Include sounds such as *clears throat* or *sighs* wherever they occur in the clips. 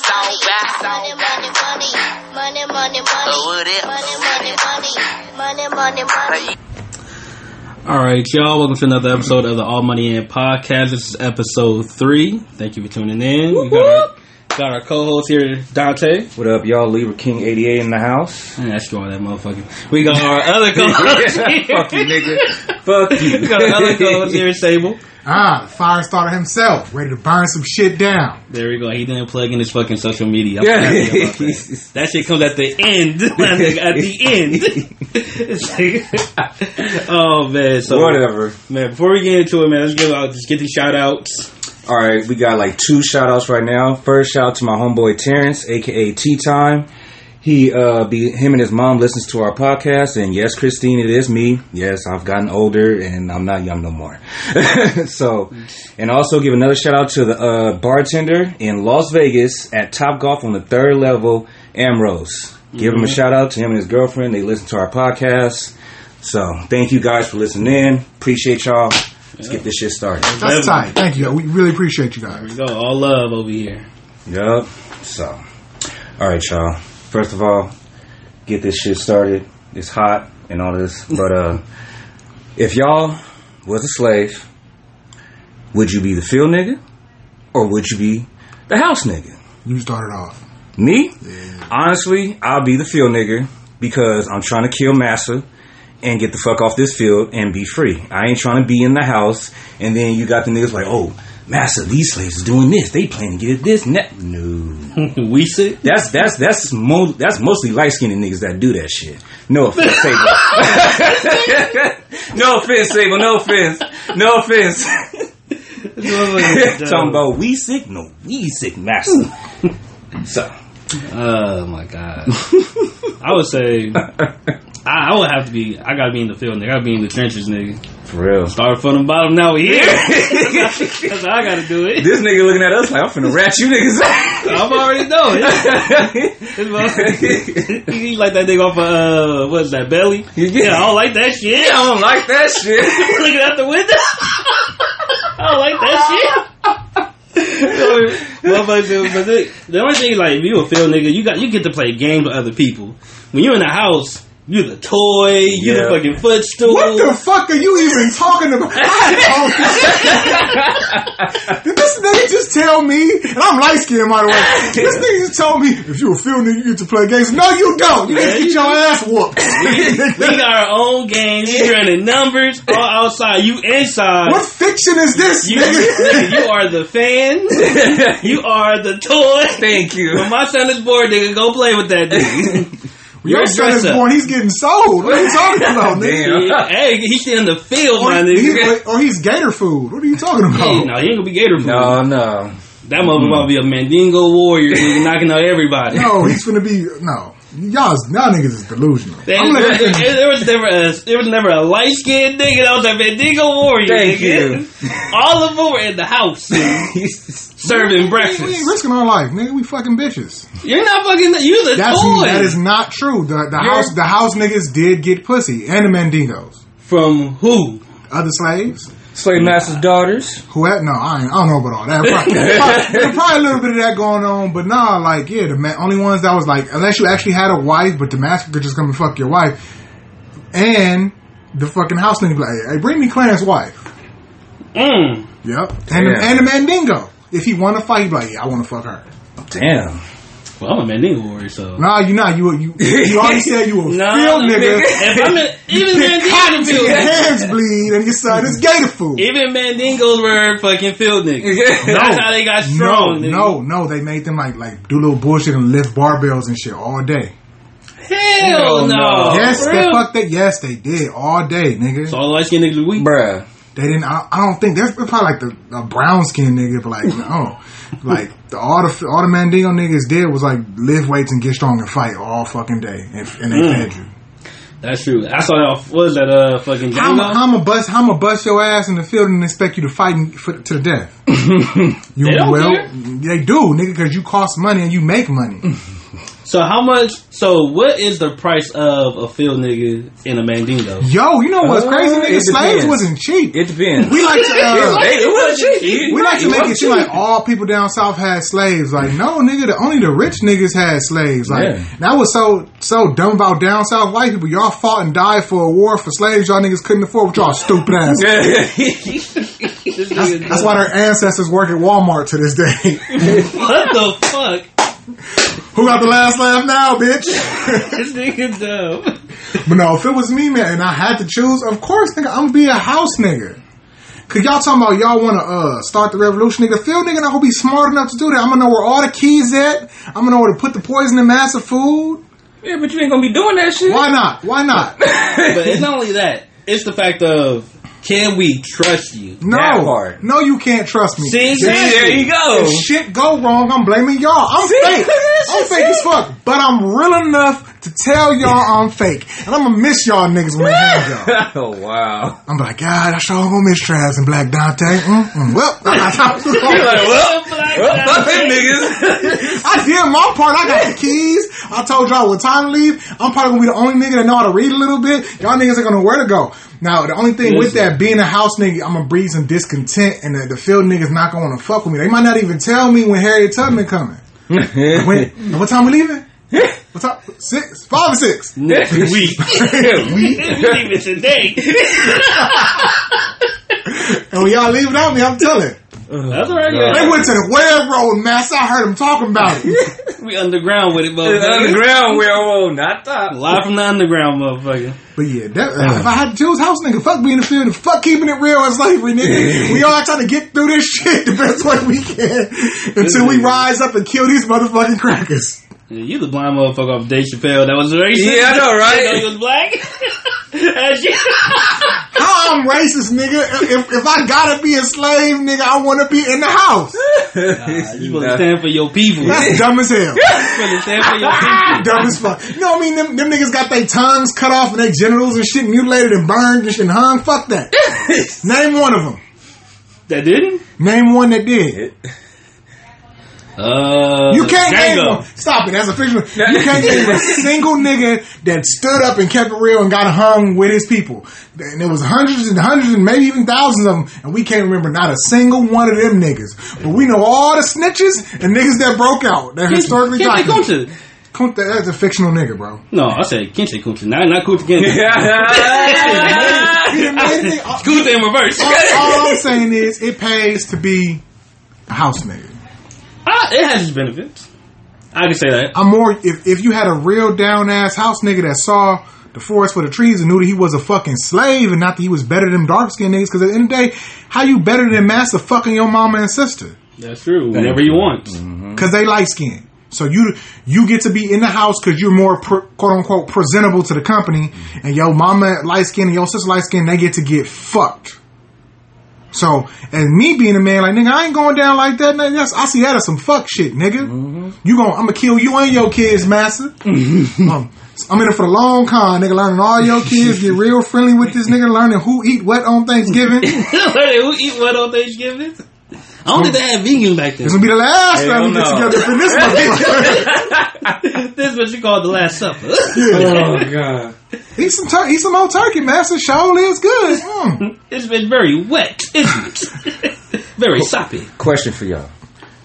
ass out. Money, money, money, money, money, money. Oh, what up? Money, money, money, money, money, money. Hey, All right, y'all. Welcome to another episode of the All Money In podcast. This is episode three. Thank you for tuning in. We got our, got our co-host here, Dante. What up, y'all? Libra King 88 in *laughs* the house. Man, that's all that motherfucking. We got our *laughs* other co-host. here. Fuck you, nigga. Fuck you. we got our *laughs* other co-host here, Sable. Ah, the fire starter himself, ready to burn some shit down. There we go. He didn't plug in his fucking social media. I'm *laughs* Yeah. happy about that. that shit comes at the end. *laughs* my nigga, at the end. It's like- *laughs* oh man. So Whatever. man, before we get into it, man, let's give out just get these shout outs. All right, we got like two shout outs right now. First shout out to my homeboy Terrence, aka Tea Time. He, uh, be, him and his mom listens to our podcast, and yes, Christine, it is me. Yes, I've gotten older, and I'm not young no more. *laughs* so, and also give another shout out to the uh, bartender in Las Vegas at Top Golf on the third level, Amrose. Give him a shout out to him and his girlfriend. They listen to our podcast. So, thank you guys for listening in. Appreciate y'all. Let's get this shit started. Seven. That's tight. Thank you. We really appreciate you There we guys. go. All love over here. *laughs* Yup. So, all right, y'all. First of all, get this shit started. It's hot and all this, but uh, if y'all was a slave, would you be the field nigga or would you be the house nigga? You started off. Me, honestly, I'll be the field nigga because I'm trying to kill massa and get the fuck off this field and be free. I ain't trying to be in the house and then you got the niggas like, oh, massa, these slaves is doing this. They plan to get this. and that. No. we sit. That's that's that's mo- that's mostly light skinned niggas that do that shit. No offense, Sable. *laughs* no offense, Sable. No offense. No offense. *laughs* Talking about we sick, no we sick master. *laughs* so Oh my god. *laughs* I would *laughs* say I, I would have to be. I gotta be in the field, nigga. I gotta be in the trenches, nigga. for real, Start from the bottom. Now we *laughs* here. That's how I gotta do it. this nigga looking at us like I'm finna rat you niggas. I'm already know. out." This motherfucker- *laughs* he like that nigga off of uh, what's that belly? *laughs* Yeah. I don't like that shit. *laughs* I don't like that shit. *laughs* Looking out the window. *laughs* I don't like that shit. *laughs* Motherfucker, dude, but the, the only thing like if you a field nigga, you got you get to play games with other people. When you're in the house, you the toy, you the Yeah. fucking footstool. What the fuck are you even talking *laughs* about? I had- Did this nigga just tell me? And I'm light skinned, by the way. This nigga just told me if you a field nigga, you get to play games. No, you don't. You Yeah, get to you get your ass whooped. we got our own games, you're in the numbers, *laughs* all outside, you inside. what fiction is this, *laughs* You, nigga? nigga, you are the fan. *laughs* You are the toy. Thank you. When my son is bored, nigga, go play with that *laughs* dude. Your son is born. He's getting sold. What are you talking about, nigga? Damn. Hey, he shit in the field, Or, my nigga. Oh, he, or he's gator food. What are you talking Hey, about? no, he ain't gonna be Gator food. No, no. That motherfucker about to be a Mandingo warrior, *laughs* nigga, knocking out everybody. No, he's gonna be no. Y'all, is- y'all niggas is delusional. There, I'm looking there- there was never a there was never a light skinned nigga that was a Mandingo warrior. Thank nigga. All of them were in the *laughs* house serving we ain't breakfast. risking our life, nigga. We fucking bitches. You're not fucking. You the That's toy that is not true. The the You're- house the house niggas did get pussy and the Mandingos, from who? other slaves. Slave master's daughters. Who had no? I, ain't, I don't know about all that. Probably, probably, there's probably a little bit of that going on, but nah, like yeah, the ma- only ones that was like unless you actually had a wife, but the master could just come and fuck your wife, and the fucking house nigga be like, hey, bring me Clarence wife. Mm. Yep. And, the, Damn. and the Mandingo. If he want to fight, he'd be like, yeah, I want to fuck her. Damn. Well, I'm a Mandingo warrior, so. Nah, you not. You you, *laughs* you already said you a Nah, field *laughs* nigga. If I'm in, even Mandingo Your field. hands bleed and your son is gator food. Even Mandingos were fucking field niggas. That's how they got No, strong. nigga. no, no. They made them like like do little bullshit and lift barbells and shit all day. Hell Hell Oh, no. no. yes, For they real? fucked that. Yes, they did all day, nigga. So all the light skinned niggas weak. Bruh. they didn't. I, I don't think there's probably like the, the brown skin nigga, but like no, like the, all the all the Mandingo niggas did was like lift weights and get strong and fight all fucking day, and, and Mm. they fed you. That's true. I saw that. off- What was that? Uh, fucking I'm Django. I'm a bust. I'm a bust your ass in the field and expect you to fight and- for, to the death. you They don't well, care. they do, nigga, because you cost money and you make money. So how much? So what is the price of a field nigga in a mandingo? Yo, you know what's Uh, crazy? Nigga, it slaves depends. wasn't cheap. It depends. we like to uh, Hey, it wasn't cheap. we like to make it seem wasn't like all people down south had slaves. Like no, nigga, the, only the rich niggas had slaves. Like Yeah. and that was so so dumb about down south white people. Y'all fought and died for a war for slaves. Y'all niggas couldn't afford. With y'all stupid ass. This nigga- That's why their ancestors work at Walmart to this day. *laughs* what the fuck? Who got the last laugh now, *laughs* bitch? This nigga dumb. but no, if it was me, man, and I had to choose, of course, nigga, I'm gonna be a house nigga. Cause y'all talking about y'all want to uh, start the revolution, nigga. Phil, nigga, not gonna be smart enough to do that. I'm gonna know where all the keys at. I'm gonna know where to put the poison in massive food. *laughs* Yeah, but you ain't gonna be doing that shit. Why not? *laughs* Why not? But it's not only that. It's the fact of can we trust you? *laughs* That No, part. no, you can't trust me. See, See, there you go. If shit go wrong, I'm blaming y'all. *laughs* I'm See? fake. I'm fake as fuck, but I'm real enough to tell y'all I'm fake, and I'm gonna miss y'all niggas *laughs* when I have y'all. *laughs* oh wow. I'm like, God, I sure gonna miss Travis and Black Dante. Mm-mm. Well, *laughs* You're like, I, well, well, fuck them niggas. did my part. I got the keys. I told y'all what time to leave. I'm probably gonna be the only nigga that know how to read a little bit. Y'all niggas are gonna know where to go. Now, the only thing with Listen. that being a house nigga, I'm gonna breed some discontent, and the, the field niggas not gonna wanna fuck with me. They might not even tell me when Harriet Tubman coming. When, what time we leaving? What time? Six, five or six. Next week. Even today. And when y'all leave without me, I'm telling. That's They alright. went to the web road, mass. I heard them talking about it. We underground with it, motherfucker. Underground railroad, not top. Live from the underground, motherfucker. But yeah, that, if I had to choose house nigga, fuck being in the field, and fuck keeping it real in slavery, nigga. we all trying to get through this shit the best way we can until we rise up and kill these motherfucking crackers. Yeah, you the blind motherfucker off Dave Chappelle. That was racist. Yeah, I know, right? You know he was black. As you- How I'm racist, nigga? If, if I gotta be a slave, nigga, I want to be in the house. *laughs* you supposed to stand for your *laughs* people. You That's dumb as hell. supposed to stand for your people. dumb as fuck. You know what I mean? Them, them niggas got their tongues cut off and their genitals and shit mutilated and burned and shit and hung. Fuck that. Name one of them. That didn't. Name one that did. Uh, You can't name Django. one. Stop it. That's a fictional. You can't name a single nigga that stood up and kept it real and got hung with his people. And there was hundreds and hundreds and maybe even thousands of them, and we can't remember not a single one of them niggas. But we know all the snitches and niggas that broke out. They're historically Kente documented. Kunta. Kunta, that's a fictional nigga, bro. No, I said Kente Kunta, not not Kunta *laughs* Kinte. *laughs* He didn't make anything. All, Kunta in reverse. all I'm saying is, it pays to be a house nigga. Ah, it has its benefits. I can say that. I'm more if, if you had a real down ass house nigga that saw the forest for the trees and knew that he was a fucking slave and not that he was better than dark skinned niggas. Because at the end of the day, how you better than massa fucking your mama and sister? That's true. Whenever you want. *laughs* Because they light skinned. So you you get to be in the house because you're more pr quote unquote presentable to the company, and your mama light skinned and your sister light skinned, they get to get fucked. So, and me being a man, like nigga, I ain't going down like that. Nigga. That's, I see that as some fuck shit, nigga. Mm-hmm. You gon' I'm gonna kill you and your kids, massa. Um, I'm in it for the long con, nigga. Learning all your kids, get real friendly with this nigga. Learning who eat what on *laughs* Thanksgiving. It's Who eat what on Thanksgiving? I don't think they had vegan back *laughs* then. *laughs* gonna be the last Hell time we get no. together for *laughs* this motherfucker. this is what you call the Last Supper. *laughs* oh god. Eat some tur- eat some old turkey, Master. Surely it's good. Mm. it's been very wet, isn't *laughs* it? very soppy. *laughs* Question for y'all: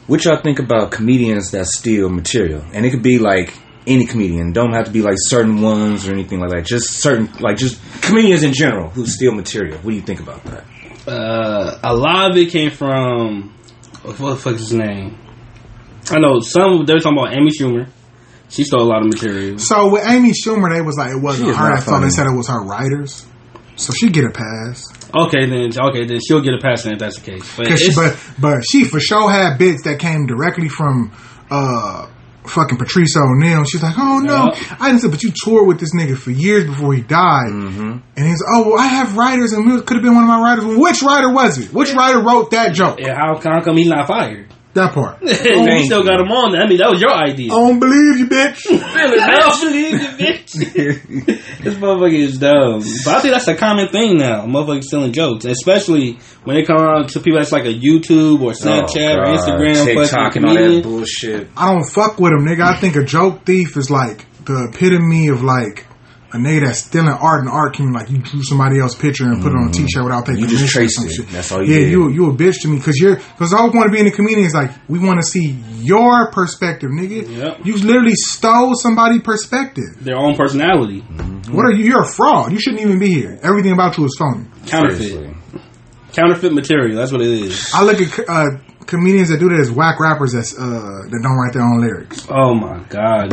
What y'all think about comedians that steal material? And it could be like any comedian. Don't have to be like certain ones or anything like that. Just certain, like just comedians in general who steal material. What do you think about that? Uh, a lot of it came from what the fuck's his name? I know some. They're talking about Amy Schumer. She stole a lot of material. So with Amy Schumer, they was like it She wasn't is her. not I thought funny. they said it was her writers. So she get a pass, Okay, then okay, then she'll get a pass then if that's the case. But, 'Cause she, it's- but but she for sure had bits that came directly from uh, fucking Patrice O'Neill. She's like, oh no, Yeah. I didn't say, but you toured with this nigga for years before he died, Mm-hmm. and he's oh well, I have writers, and it could have been one of my writers. Well, which writer was it? Which writer wrote that *laughs* joke? and how come, come he not fired? That *laughs* part. you still got them on. I mean, that was your idea. I don't believe you, *laughs* bitch. *laughs* I don't believe you, bitch. *laughs* this motherfucker is dumb. But I think that's a common thing now. Motherfuckers stealing jokes, especially when it comes around to people that's like a YouTube or Snapchat or Oh, God. Instagram, TikTok, fucking and all that comedian. bullshit. I don't fuck with him, nigga. I think a joke thief is like the epitome of like a nigga that's stealing art and art can like you drew somebody else's picture and put it on a t-shirt without paying Mm-hmm. You just commission or traced some it. shit. That's all you Yeah, did. you you a bitch to me because you're because all want to be in the comedian is like we want to see your perspective, nigga. Yep. You literally stole somebody's perspective. Their own personality, What are you? You're a fraud. You shouldn't even be here. Everything about you is phony. counterfeit, Seriously. counterfeit material. That's what it is. I look at co- uh, comedians that do that as whack rappers that's, uh, that don't write their own lyrics. Oh my god,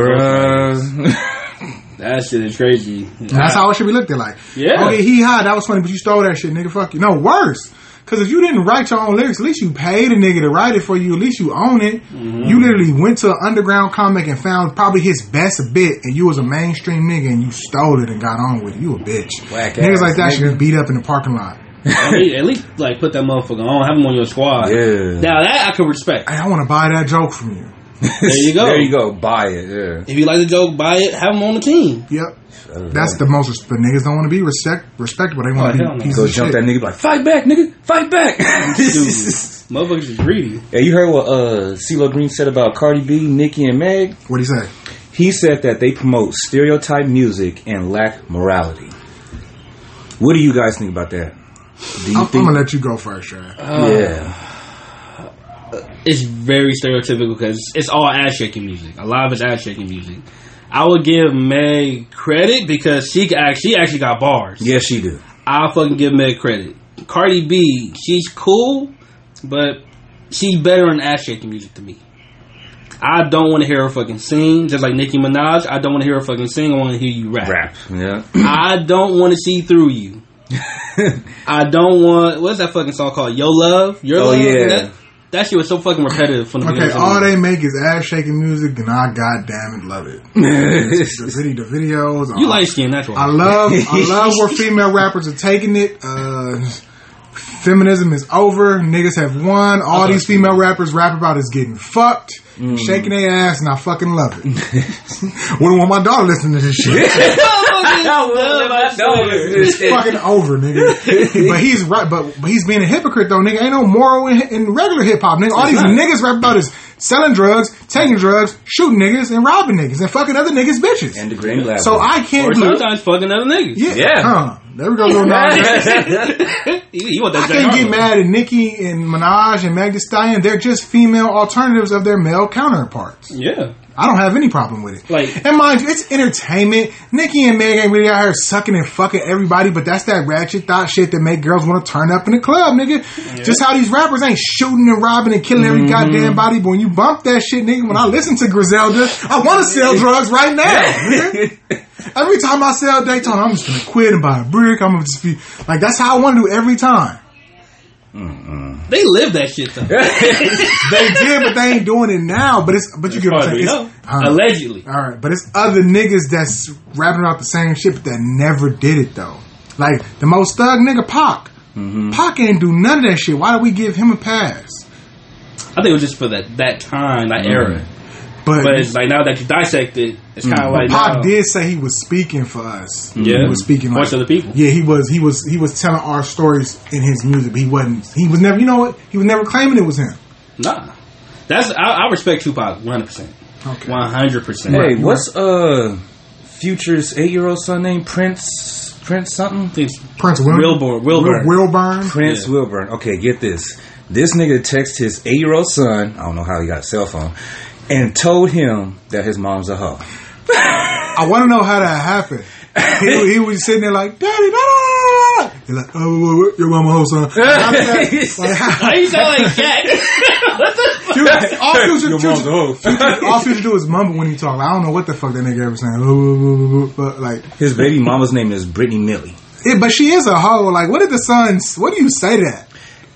that shit is crazy. And that's how it should be looked at. Like, Yeah. okay, he high, that was funny, but you stole that shit, nigga. Fuck you. No, worse. Because if you didn't write your own lyrics, at least you paid a nigga to write it for you. At least you own it. Mm-hmm. You literally went to an underground comic and found probably his best bit, and you was a mainstream nigga and you stole it and got on with it. You a bitch. Whack Niggas ass like that nigga. should be beat up in the parking lot. I mean, at least like put that motherfucker on, have him on your squad. Yeah. Now that I could respect. *laughs* Hey, I want to buy that joke from you. There you go. There you go. Buy it. If you like the joke, buy it. Have him on the team. Yep. Yeah. That's the most res- the niggas don't want to be respect respectable. They Oh, want to hell no. be pieces Go of jump shit. that nigga. be Like fight back, nigga. Fight back. *laughs* Dude, motherfuckers is greedy. Hey, you heard what uh, CeeLo Green said about Cardi B, Nicki, and Meg? What do you say? He said that they promote stereotype music and lack morality. What do you guys think about that? Do you I'm, think? I'm gonna uh, let you go first, Shad. yeah, it's very stereotypical because it's all ass shaking music. A lot of it's ass shaking music. I would give Meg credit because she actually, she actually got bars. yes, she do. I'll fucking give Meg credit. Cardi B, she's cool, but she's better in ass shaking music to me. I don't want to hear her fucking sing, just like Nicki Minaj. I don't want to hear her fucking sing. I want to hear you rap. Rap. Yeah. I don't want to see through *laughs* you. I don't want. What's that fucking song called? Yo Love? Your Oh, Love? yeah. That, that shit was so fucking repetitive from the Okay, beginning. all they make is ass shaking music, and I goddamn it love it. the, video, the videos, You I, light skin, that's I *laughs* why. love, I love where female rappers are taking it. Uh, feminism is over. Niggas have won. All these female rappers rap about is getting fucked, shaking their ass, and I fucking love it. *laughs* Wouldn't want my daughter listening to this shit. *laughs* It's fucking over, nigga. but he's right. But, but he's being a hypocrite though, nigga. Ain't no moral in, in regular hip hop, nigga. All these niggas rap about is selling drugs, taking drugs, shooting niggas, and robbing niggas, and fucking other niggas' bitches. and the green glass. so I can't Or do. sometimes fucking other niggas. Yeah, Yeah. Huh. There we go, *laughs* little Nas. *laughs* you, you want that I Jack can't get Harlow. mad at Nicki and Minaj and Meg Thee Stallion. They're just female alternatives of their male counterparts. Yeah. I don't have any problem with it. Like- and mind you, it's entertainment. Nicki and Meg ain't really out here sucking and fucking everybody, but that's that ratchet thought shit that make girls want to turn up in the club, nigga. Just how these rappers ain't shooting and robbing and killing every Mm-hmm. goddamn body, but when you bump that shit, nigga, when I listen to Griselda, I want to *laughs* sell drugs right now. nigga. Every time I sell Daytona, I'm just gonna quit and buy a brick. I'm gonna just be like, that's how I want to do every time. They live that shit though. They did, but they ain't doing it now. But it's but you get what I'm Probably saying. It's- know. Huh. Allegedly. All right, but it's other niggas that's rapping about the same shit but that never did it though. Like the most thug nigga Pac. Mm-hmm. Pac ain't do none of that shit. Why do we give him a pass? I think it was just for that that time, that Mm-hmm. era. But, Mm. But it's like now that you dissect it, it's kind of like Pac now, did say he was speaking for us. Yeah. he was speaking Voice of the people. Yeah, he was. He was. He was telling our stories in his music. But he wasn't. He was never. You know what? He was never claiming it was him. Nah, that's I, I respect Tupac one hundred percent, Okay. one hundred percent. hey, I *laughs* what's uh, Future's eight-year-old son named Prince? Prince something? think Prince William. Wilbur Wilbur. Wil- Wilburn. Prince Yeah. Wilburn. Okay, get this. This nigga texted his eight-year-old son. I don't know how he got a cell phone, and told him that his mom's a hoe. I want to know how that happened. *laughs* He, he was sitting there like, Daddy, da da da, da da." He's like, oh, whoa, whoa, your mama whole son. *laughs* Like, how- Why you sound like Jack? what the fuck? Dude, *laughs* all Your future, mom's a future, hoe. all future do is mumble when he talk. Like, I don't know what the fuck that nigga ever saying. Whoa, whoa, whoa, whoa, whoa, But like, His baby mama's name is Brittany Millie. it, but she is a hoe. Like, what did the sons? What do you say *laughs* to that?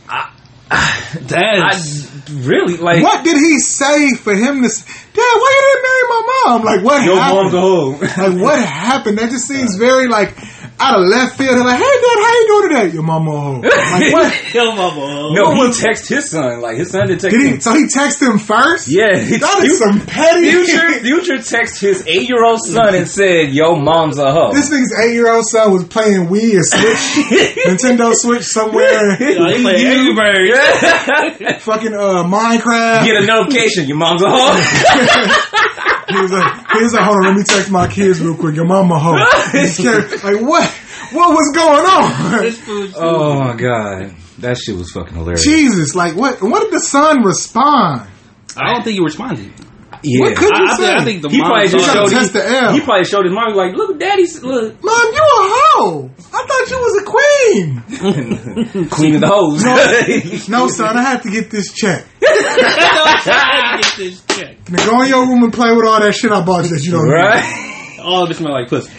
I *laughs* That's really like What did he say for him to? s- Dad, why you didn't marry my mom? Like, what? *laughs* Your happened? mom's a hoe. Like what happened? That just seems very like out of left field. They're like, hey, Dad, how you doing today? Your mama a hoe. Like, *laughs* what? Kill my boy. No, he texted his son. Like his son didn't text Did him. he, so he texted him first? Yeah, he- That Fu- is some petty Future Future texted his eight year old son and said, "Yo, mom's a hoe." This nigga's eight year old son was playing Wii *laughs* or Switch, Nintendo Switch somewhere. Yo, he play Angry Birds. fucking uh, *laughs* Minecraft. Get a notification, your mom's a hoe. *laughs* He was like, he was like, hold on, let me text my kids real quick. Your mama hoe. *laughs* He's scared. Like what? What was going on? This food's oh my god, that shit was fucking hilarious. Jesus, like what? What did the son respond? I don't think he responded. yeah. What could I, you I say? think, I think the He probably mom's just trying on- to showed test his, the L. he probably showed his mom like, look, daddy's look, Mom, you a hoe. I thought you was a queen. cleaning *laughs* the hose. No, son, I have to get this check. *laughs* I get this check. Now go in your room and play with all that shit I bought you that you don't need. right? All of it smell like pussy.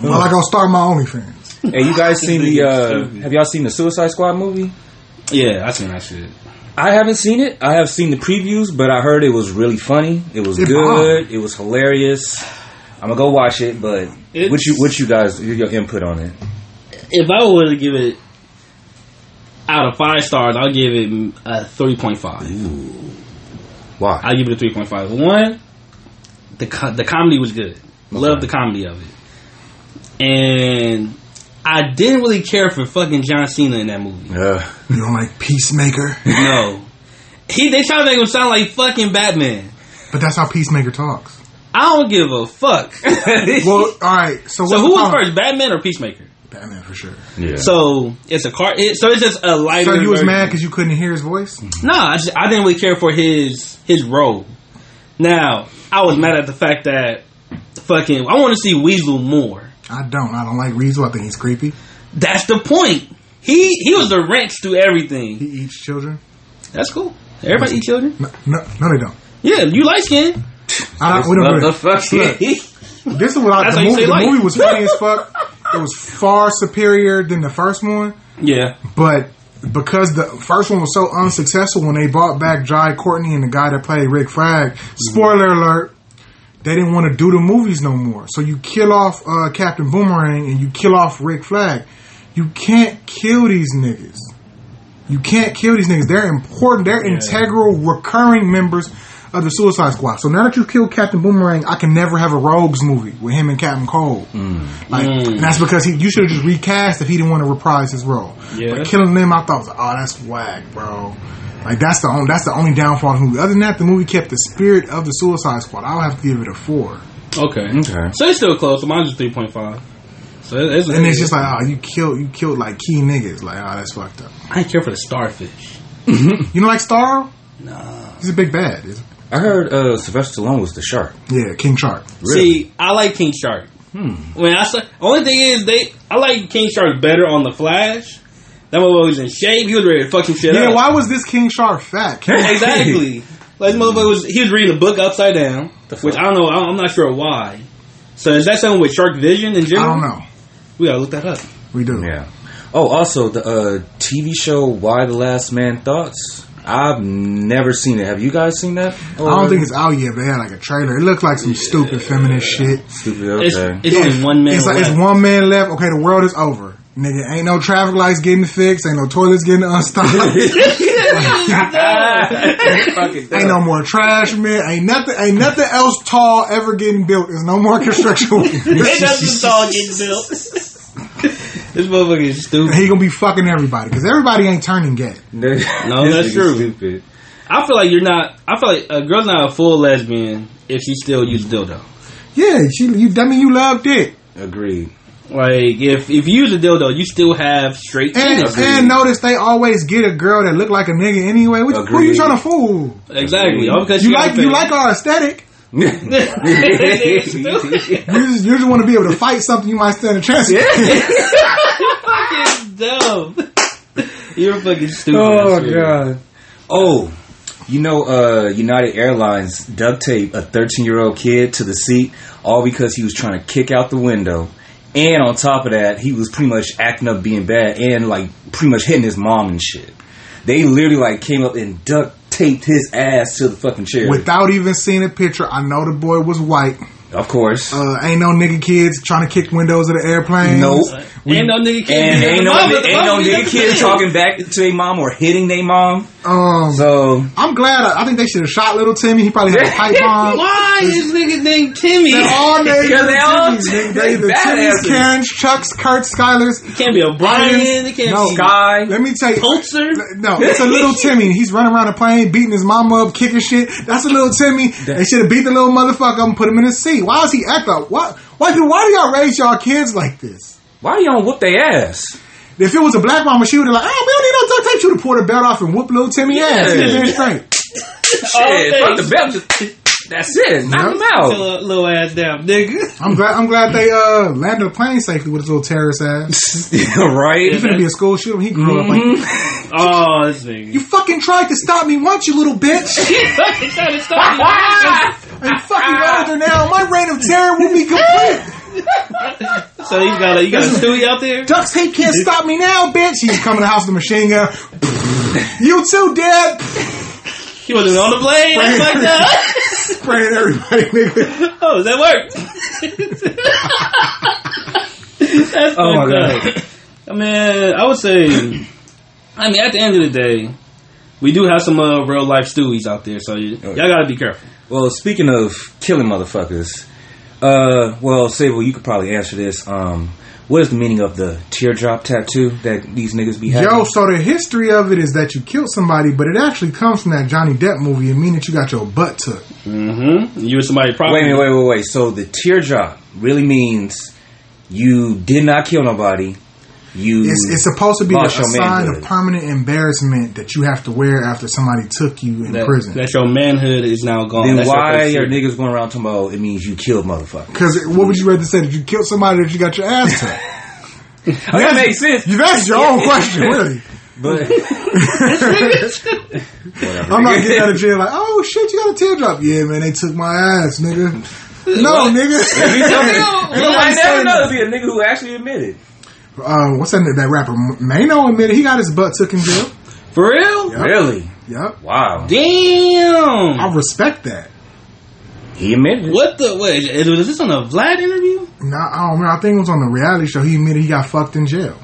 Well, I gonna start my OnlyFans. Hey, you guys seen the? Uh, Stupid. have y'all seen the Suicide Squad movie? Yeah, I seen that shit. I haven't seen it. I have seen the previews, but I heard it was really funny. It was It good. bombed. It was hilarious. I'm gonna go watch it, but what It's- you what you guys your input on it? If I were to give it out of five stars, I'll give it a three point five. Why? I'll give it a three point five. One, the co- the comedy was good. Love the comedy of it, and I didn't really care for fucking John Cena in that movie. uh, You don't like Peacemaker, *laughs* No, he they try to make him sound like fucking Batman. but that's how *laughs* Peacemaker talks. I don't give a *laughs* fuck. Well, all right. so So, what's who the was problem? first, Batman or Peacemaker? Batman for sure. yeah. So it's a car. It, so it's just a lighter. So you was version. mad because you couldn't hear his voice? No, I, just, I didn't really care for his his role. Now I was mad at the fact that fucking I want to see Weasel more. I don't. I don't like Reezel. I think he's creepy. That's the point. He he was the wrench to He everything. eats children. That's cool. Everybody eat children. No, no, no they don't. Yeah, you light skin. I don't, we don't do Motherfucker. that. This is what I, That's how the, you movie, say the life. movie was funny as fuck. *laughs* It was far superior than the first one, *laughs* yeah, but because the first one was so unsuccessful, when they brought back Jai Courtney and the guy that played Rick Flag, spoiler alert, they didn't want to do the movies no more. So you kill off uh, Captain Boomerang and you kill off Rick Flag. You can't kill these niggas. You can't kill these niggas. They're important. They're integral, recurring members of the Suicide Squad. So now that you killed Captain Boomerang, I can never have a Rogues movie with him and Captain Cold. Like, and that's because he, you should have just recast if he didn't want to reprise his role. Yeah. But killing them, I thought was like, oh, that's whack, bro. Like that's the only, that's the only downfall of the movie. Other than that, the movie kept the spirit of the Suicide Squad. I would have to give it a four. okay. Okay. So it's still close. So mine's three point five. So it- it's, And it's just like, oh, you killed, you killed like key niggas. Like, oh, that's fucked up. I didn't care for the starfish. You know, like Starro. No, he's a big bad. He's- *laughs* I heard uh, Sylvester Stallone was the shark. yeah, King Shark. See, I like King Shark. Hmm. When I saw, only thing is they, I like King Shark better on the Flash. That motherfucker was in shape. He was ready to fuck some shit Yeah, up. why was this King Shark fat? King- *laughs* Exactly. Like this motherfucker was, he was reading a book upside down, which I don't know. I- I'm not sure why. So is that something with shark vision in I general? don't know. We gotta look that up. We do. Yeah. Oh, also the uh, TV show Why the Last Man Thoughts. I've never seen it. Have you guys seen that? I don't think it's out yet, but it had like a trailer. It looked like some stupid feminist shit. stupid. It's, Okay. *laughs* it's only one man. It's like left. it's one man left. Okay, the world is over. Nigga, ain't no traffic lights getting fixed. Ain't no toilets *laughs* getting unstopped. *laughs* Fucking ain't no more trash men. Ain't nothing. Ain't nothing else tall ever getting built. There's no more construction. Ain't nothing tall getting built. *laughs* this motherfucker is stupid. *laughs* he gonna be fucking everybody because everybody ain't turning gay. No, No, that's nigga's true. Stupid. I feel like you're not. I feel like a girl's not a full lesbian if she still uses dildo. Yeah, she, you. I mean, you loved it. *laughs* Agreed. *laughs* Like if if you use a dildo, you still have straight. And penis. and notice they always get a girl that look like a nigga anyway. What, who you Agreed. trying to fool? exactly. All because You she like got a you face. like our aesthetic. It's *laughs* stupid. You just, you just want to be able to fight something you might stand a chance. against. fucking dumb. You're fucking stupid. I oh swear. god. Oh, you know, uh, United Airlines duct taped a 13 year old kid to the seat all because he was trying to kick out the window. And on top of that, he was pretty much acting up being bad and like pretty much hitting his mom and shit. They literally like came up and duct taped his ass to the fucking chair. Without even seeing a picture, I know the boy was white. Of course. Oh. Uh, ain't no nigga kids trying to kick windows of the airplane. Nope. ain't no nigga kid. And ain't no, Mama- ain't no mama, you nigga got kid to talking back to their mom or hitting their mom. Um, So I'm glad. I, I think they should have shot little Timmy. He probably had *laughs* a pipe say. *laughs* bomb. Why is nigga named Timmy? They're *laughs* all named Because they all- Timmys. They, *laughs* they, the they Timmys, badasses. Karens, Chucks, Kurt's, Skylers. It can't be a Brian. It can't No. be Sky. Let me tell you. Pulitzer. *laughs* No, it's a little Timmy. He's running around the plane, beating his mama up, kicking shit. That's a little Timmy. They should have beat the little motherfucker up and put him in his seat. Why is he act up? Why, why, do, why do y'all raise y'all kids like this? Why y'all whoop their ass? If it was a black mama, she would have like, oh, we don't need no duct tape. She would have pulled her belt off and whooped little Timmy ass. Yeah. He'd been straight. Shit, All fuck things. the belt. Just- That's it. Knock them out. Little, little ass down, *laughs* nigga. I'm glad. I'm glad they uh, landed the plane safely with his little terrorist ass. *laughs* He's right? gonna be a school shooter. when He grew up like Oh, this nigga. *laughs* You fucking tried to stop me once, you little bitch. fucking trying to stop I'm fucking older now. My reign of terror will be complete. *laughs* me. So you got a you got a Stewie out there. Duct tape can't stop me now, bitch. He's coming to the house with a machine gun. you too, Dad. He wasn't on the blade. That's fucked up. Spraying everybody, nigga. *laughs* Oh, that worked. *laughs* That's Oh, my fucked up. I mean, I would say, I mean, at the end of the day, we do have some uh, real life Stewies out there, so you, Oh, y'all gotta be careful. Well, speaking of killing motherfuckers, uh, well, Sable, you could probably answer this. Um, what is the meaning of the teardrop tattoo that these niggas be having? Yo, so the history of it is that you killed somebody, but it actually comes from that Johnny Depp movie and mean that you got your butt took. Mm-hmm. You and somebody wait probably. a minute, wait, wait, wait. So the teardrop really means you did not kill nobody. You It's, it's supposed to be a Mm. lost your sign of manhood. permanent embarrassment that you have to wear after somebody took you in that, prison. that your manhood is now gone. *laughs* Then That's your why first are year. niggas going around tomorrow? It means you killed motherfuckers. Because what would you rather say? That you killed somebody that you got your ass took? that makes *laughs* sense. You've asked your own question, really. But *laughs* whatever. I'm *laughs* not getting out of jail like, oh shit, you got a teardrop. Yeah, man, they took my ass, nigga. No, nigga. *laughs* Ain't nobody I never saying know that. to be a nigga who actually admitted. Uh, what's that, nigga- that rapper? Mano admitted he got his butt took in jail. For real? Really? Yep. *laughs* Wow. Damn. I respect that. He admitted. What the? Wait, is- was this on a Vlad interview? Nah, I don't remember. I think it was on the reality show. He admitted he got fucked in jail.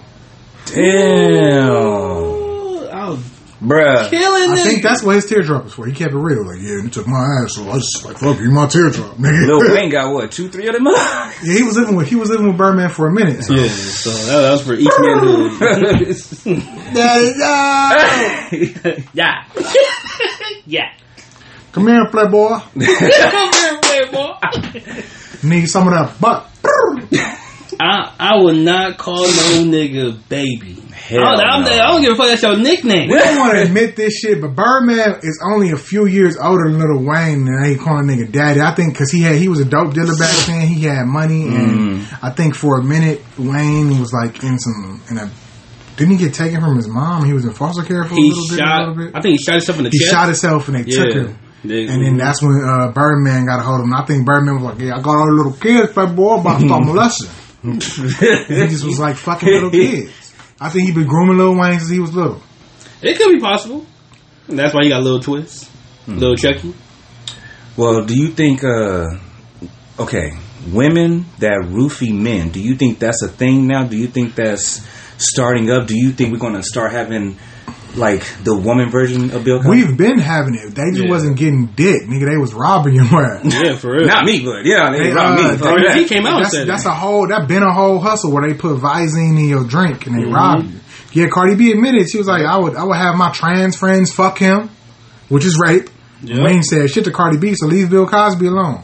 Damn. Ooh, I'm Bruh. killing I this. think that's what his teardrop was for. He kept it real. Like, yeah, you took my ass, so I was just like, fuck you, my teardrop, Lil nigga. Wayne got what, two, three of them? *laughs* *laughs* yeah, he was living with he was living with Birdman for a minute. So. yeah, so that, that was for each *laughs* manhood. *laughs* *laughs* yeah. yeah. Come here, playboy. Come here, playboy. Need some of that *laughs* butt. I, I will not call no nigga baby. Hell I, don't- I'm no. the- I don't give a fuck. That's your nickname. We don't want to admit this shit, but Birdman is only a few years older than Little Wayne, and they calling nigga daddy. I think because he had he was a dope dealer *laughs* back then. He had money, and Mm. I think for a minute Wayne was like in some in a. Didn't he get taken from his mom? He was in foster care for a He little bit. a shot. little bit. I think he shot himself in the he chest. shot himself, and they yeah. took him. They- And then that's when uh, Birdman got a hold of him. I think Birdman was like, "Yeah, I got all the little kids, fat boy, about to start *laughs* molesting." He just was like fucking little kids. I think he been grooming Lil Wayne since he was little. it could be possible. And that's why he got little twist, Hmm. little Chucky. well, do you think, uh, okay, women that roofie men, do you think that's a thing now? Do you think that's starting up? Do you think we're going to start having, like, the woman version of Bill Cosby? We've been having it. They just Yeah. wasn't getting dick, nigga. They was robbing your *laughs* ass. Yeah, for real. Not me, but yeah, they They, robbed uh, me. they- Fuck that. he came out and That's, said that's that. a whole. That been a whole hustle where they put Visine in your drink and they Mm-hmm. rob you. Yeah, Cardi B admitted she was like, I would, I would have my trans friends fuck him, which is rape. Yeah. Wayne said shit to Cardi B, so leave Bill Cosby alone.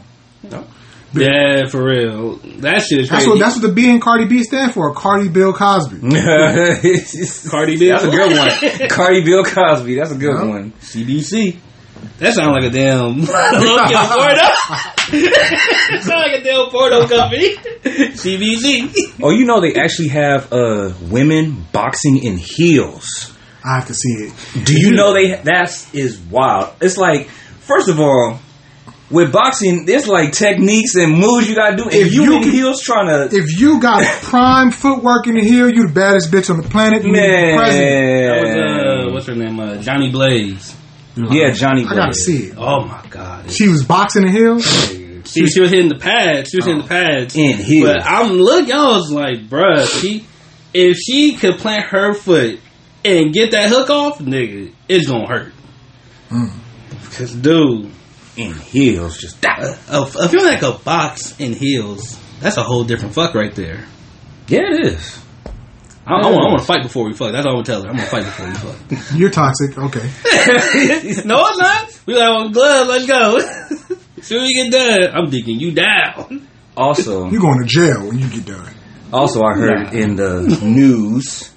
Yeah, for real. That shit is That's crazy. what that's what the B and Cardi B stand for. Cardi Bill Cosby. Cardi B. *laughs* That's a good *laughs* one. Cardi Bill Cosby. That's a good Huh? one. CBC. *laughs* That sounds like a damn *laughs* local porno. *laughs* sounds like a damn porno company. *laughs* CBC. Oh, you know they actually have uh, women boxing in heels. I have to see it. Do you know *laughs* they? That is wild. It's like, first of all, with boxing, there's like techniques and moves you gotta do. If, If you, you in can- heels trying to, If you *laughs* got prime footwork in the heel, you the baddest bitch on the planet. and you the That president. was, uh, man, what's her name? Uh, Johnny Blaze. yeah, Johnny. uh, I gotta Blaze. see it. Oh my god. She was boxing the heel. She, she was hitting the pads. She was hitting the pads. Oh, In heels. But I'm look. I was like, bruh, she if she could plant her foot and get that hook off, nigga, it's gonna hurt. Because dude, in heels, just that, a, a feeling like a box in heels. That's a whole different fuck right there. yeah, it is. I, I, want, I want to fight before we fuck. That's all I'm gonna tell her. I'm gonna fight before we fuck. *laughs* You're toxic. Okay. no, I'm not. We like on gloves. Let's go. *laughs* Soon we get done, I'm digging you down. Also, You're going to jail when you get done. Also, I heard in the news,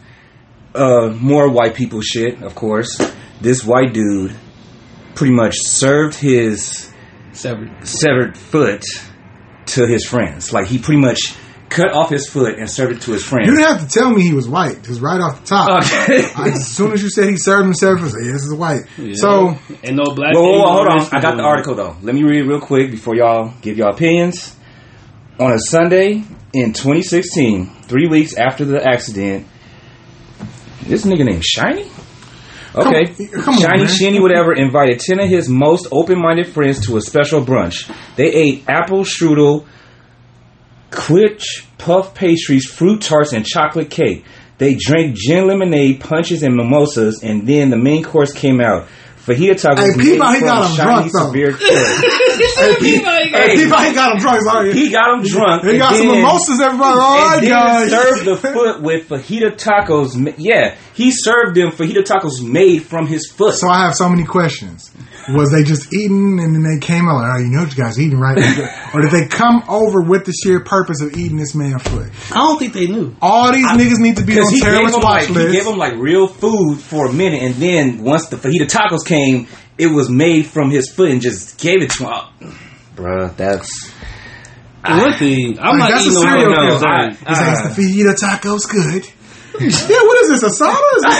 uh, more white people shit, of course. This white dude pretty much served his Severed. severed foot to his friends. Like, he pretty much cut off his foot and served it to his You friends. didn't have to tell me he was white, because right off the top, Okay. I, as soon as you said he served himself, I said, yeah, this is white. So, and no black. *laughs* Whoa, whoa, dude, whoa, no hold on. racism. I got the article, though. Let me read it real quick before y'all give y'all opinions. On a Sunday in 2016, three weeks after the accident, this nigga named Shiny? Okay. Come- come on, Shiny man. Shinny, whatever, invited 10 of his most open minded friends to a special brunch. They ate apple strudel, quitch puff pastries, fruit tarts, and chocolate cake. They drank gin lemonade, punches, and mimosas, and then the main course came out. Fajita tacos. Hey, Peabody made from got 'em shiny drunk, though. *laughs* severe corn. hey, people ain't got him drunk. Sorry. he got them drunk. They and got some then- mimosas, everybody. All right, And then guys. served the foot with fajita tacos. ma- Yeah, he served them fajita tacos made from his foot. So I have so many questions. Was they just eating and then they came out like, oh, you know what you guys eating, right? or did they come over with the sheer purpose of eating this man foot? I don't think they knew. All these niggas need to be Because on he gave terrorist him watch like he list. gave him like real food for a minute, and then once the fajita tacos came, it was made from his foot and just gave it to him. Oh, bruh, that's And one thing, I'm not Like, that's eating a on serial no, killer. I, He says uh, the fajita tacos good. *laughs* yeah, what is this? A soda? Is this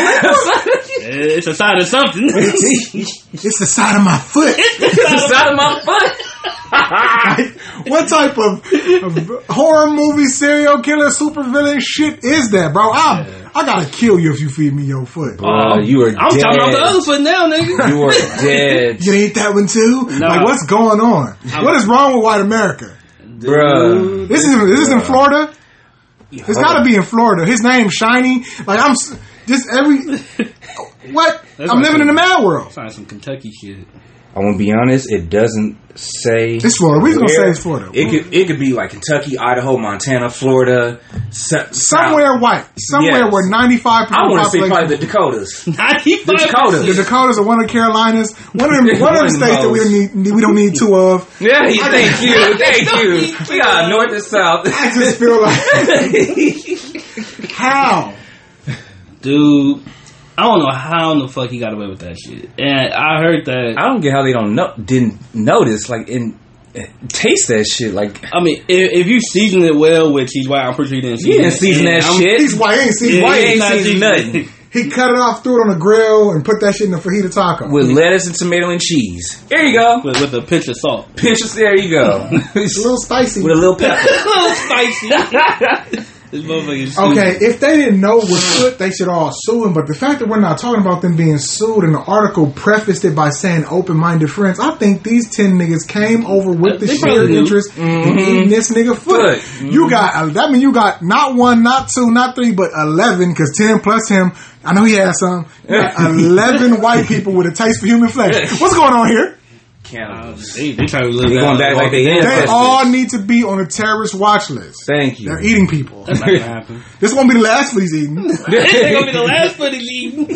It's a side of something. it's the side of my foot. it's out of my foot. what type of, of horror movie, serial killer, supervillain shit is that, bro? I I gotta kill you if you feed me your foot. Uh, you *laughs* are I'm dead. talking about the other foot now, nigga. *laughs* *laughs* You are dead, You ate that one too? No. Like, what's going on? what is wrong with white America? bruh. This is this is in Florida. It's got to be in Florida. His name's Shiny. Like I'm s- just *laughs* every what? That's I'm not living true. in a mad world. Find some Kentucky shit. I want to be honest. It doesn't say. It's Florida. We're gonna say where. it's Florida. It could it could be like Kentucky, Idaho, Montana, Florida, se- Somewhere South. white. Somewhere Yes. where 95 percent I want of the to say population. probably the *laughs* Dakotas. Ninety-five. The Dakotas. The Dakotas are one of the Carolinas. One *laughs* of them, one of the states that we don't need. We don't need two of. Yeah, thank you, thank you. We got north and south. I just feel *laughs* like how dude. I don't know how in the fuck he got away with that shit. And I heard that. I don't get how they don't know, didn't notice, like, and uh, taste that shit. Like, I mean, if, if you season it well, which he's why I'm pretty sure he didn't season you didn't it. season And that I'm- shit. he's white. He ain't seen Yeah, Why white. you ain't not season seasoning it. nothing He cut it off, threw it on the grill, and put that shit in the fajita taco. with lettuce and tomato and cheese? There you go. *laughs* With, with a pinch of *laughs* salt. Pinch us. There you go. it's a little spicy. with a little pepper. *laughs* spicy. this motherfucker is stupid. Okay, if they didn't know what foot, they should all sue him. But the fact that we're not talking about them being sued and the article prefaced it by saying open minded friends, I think these 10 niggas came over with the They shared probably Mm-hmm. knew. interest in eating this nigga foot. Foot. Mm-hmm. You got, uh, that mean you got not one, not two, not three, but 11, because 10 plus him, I know he had *laughs* some, you got 11 white people with a taste for human flesh. What's going on here? Uh, Cannibals. They, they trying to live They going back like they They ancestors. all need to be on a terrorist watch list. Thank you. They're eating people. That's not gonna *laughs* happen. This won't be the last foot he's eating. They're gonna be the last foot to leave.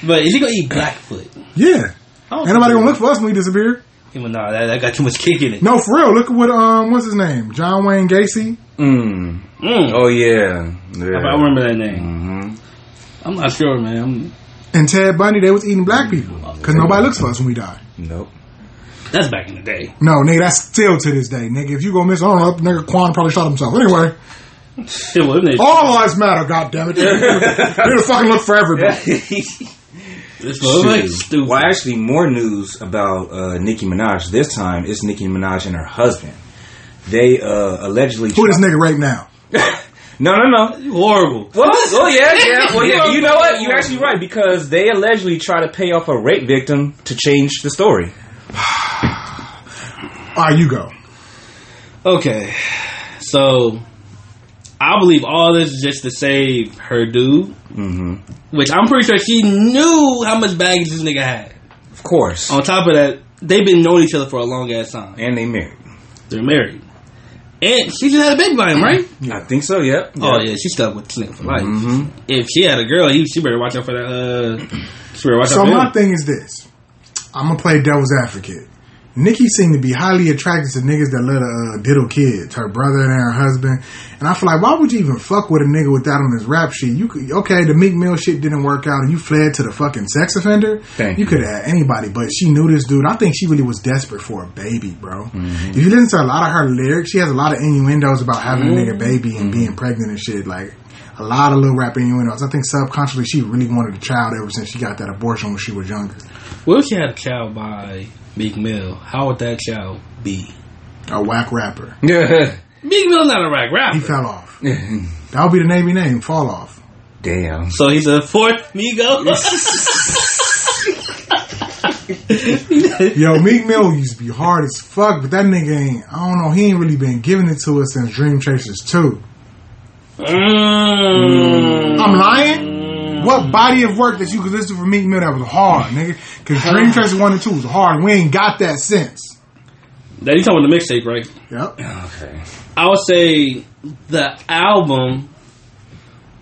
*laughs* but is he gonna eat Blackfoot? Yeah. I don't Ain't nobody gonna look for us when we disappear. think- Well, nah, that, that got too much kick in it. No, for real. Look at what um, what's his name? John Wayne Gacy. Mm. Mm. Oh yeah. I yeah. remember that name. hmm I'm not sure, man. I'm- and Ted Bundy. They was eating black people because nobody looks for us when we die. Nope. that's back in the day. No, nigga, that's still to this day, nigga. If you go miss, I don't know, nigga, Quan probably shot himself. Anyway, Shit, well, they, all lives matter. God damn it, they fucking look for everybody. this motherfucker Shoot. is stupid. Well, actually, more news about uh, Nicki Minaj. This time, it's Nicki Minaj and her husband. They uh, allegedly. Who this nigga right now? No, no, no. You horrible. Well, oh yeah, *laughs* yeah. Well, yeah. You know what? You're actually right because they allegedly try to pay off a rape victim to change the story. Ah, you go. Okay, so I believe all this is just to save her dude, hmm which I'm pretty sure she knew how much baggage this nigga had. Of course. On top of that, they've been knowing each other for a long ass time. and they married. They're married, and she just had a baby by him, right? I think so. Yep. Oh yeah, she stuck with this nigga for life. Mhm. If she had a girl, he, she better watch out for that. Uh, she better watch So out for my him. thing is this: I'm gonna play devil's advocate. Nikki seemed to be highly attracted to niggas that let her uh, diddle kids, her brother and her husband. And I feel like, why would you even fuck with a nigga with that on his rap sheet? You could, okay, the Meek Mill shit didn't work out, and you fled to the fucking sex offender. Thank you you. could have had anybody, but she knew this dude. I think she really was desperate for a baby, bro. If you listen to a lot of her lyrics, she has a lot of innuendos about having a nigga baby and being pregnant and shit. Like a lot of little rap innuendos. I think subconsciously she really wanted a child ever since she got that abortion when she was younger. Well, if she had a child by Meek Mill, how would that child be? A whack rapper. Yeah. *laughs* Meek Mill's not a rap He rapper, fell off. That would be the name he named, Fall Off. Damn. so he's a fourth *laughs* Migo. *laughs* Yo, Meek Mill used to be hard as fuck, but that nigga ain't, I don't know, he ain't really been giving it to us since Dream Chasers 2. Mm. I'm lying? What body of work that you could listen from Meek Mill that was hard, nigga? Because Dream Chasers 1 and 2 was hard. We ain't got that since. Now you talking the mixtape, right? Yep. Okay. I would say the album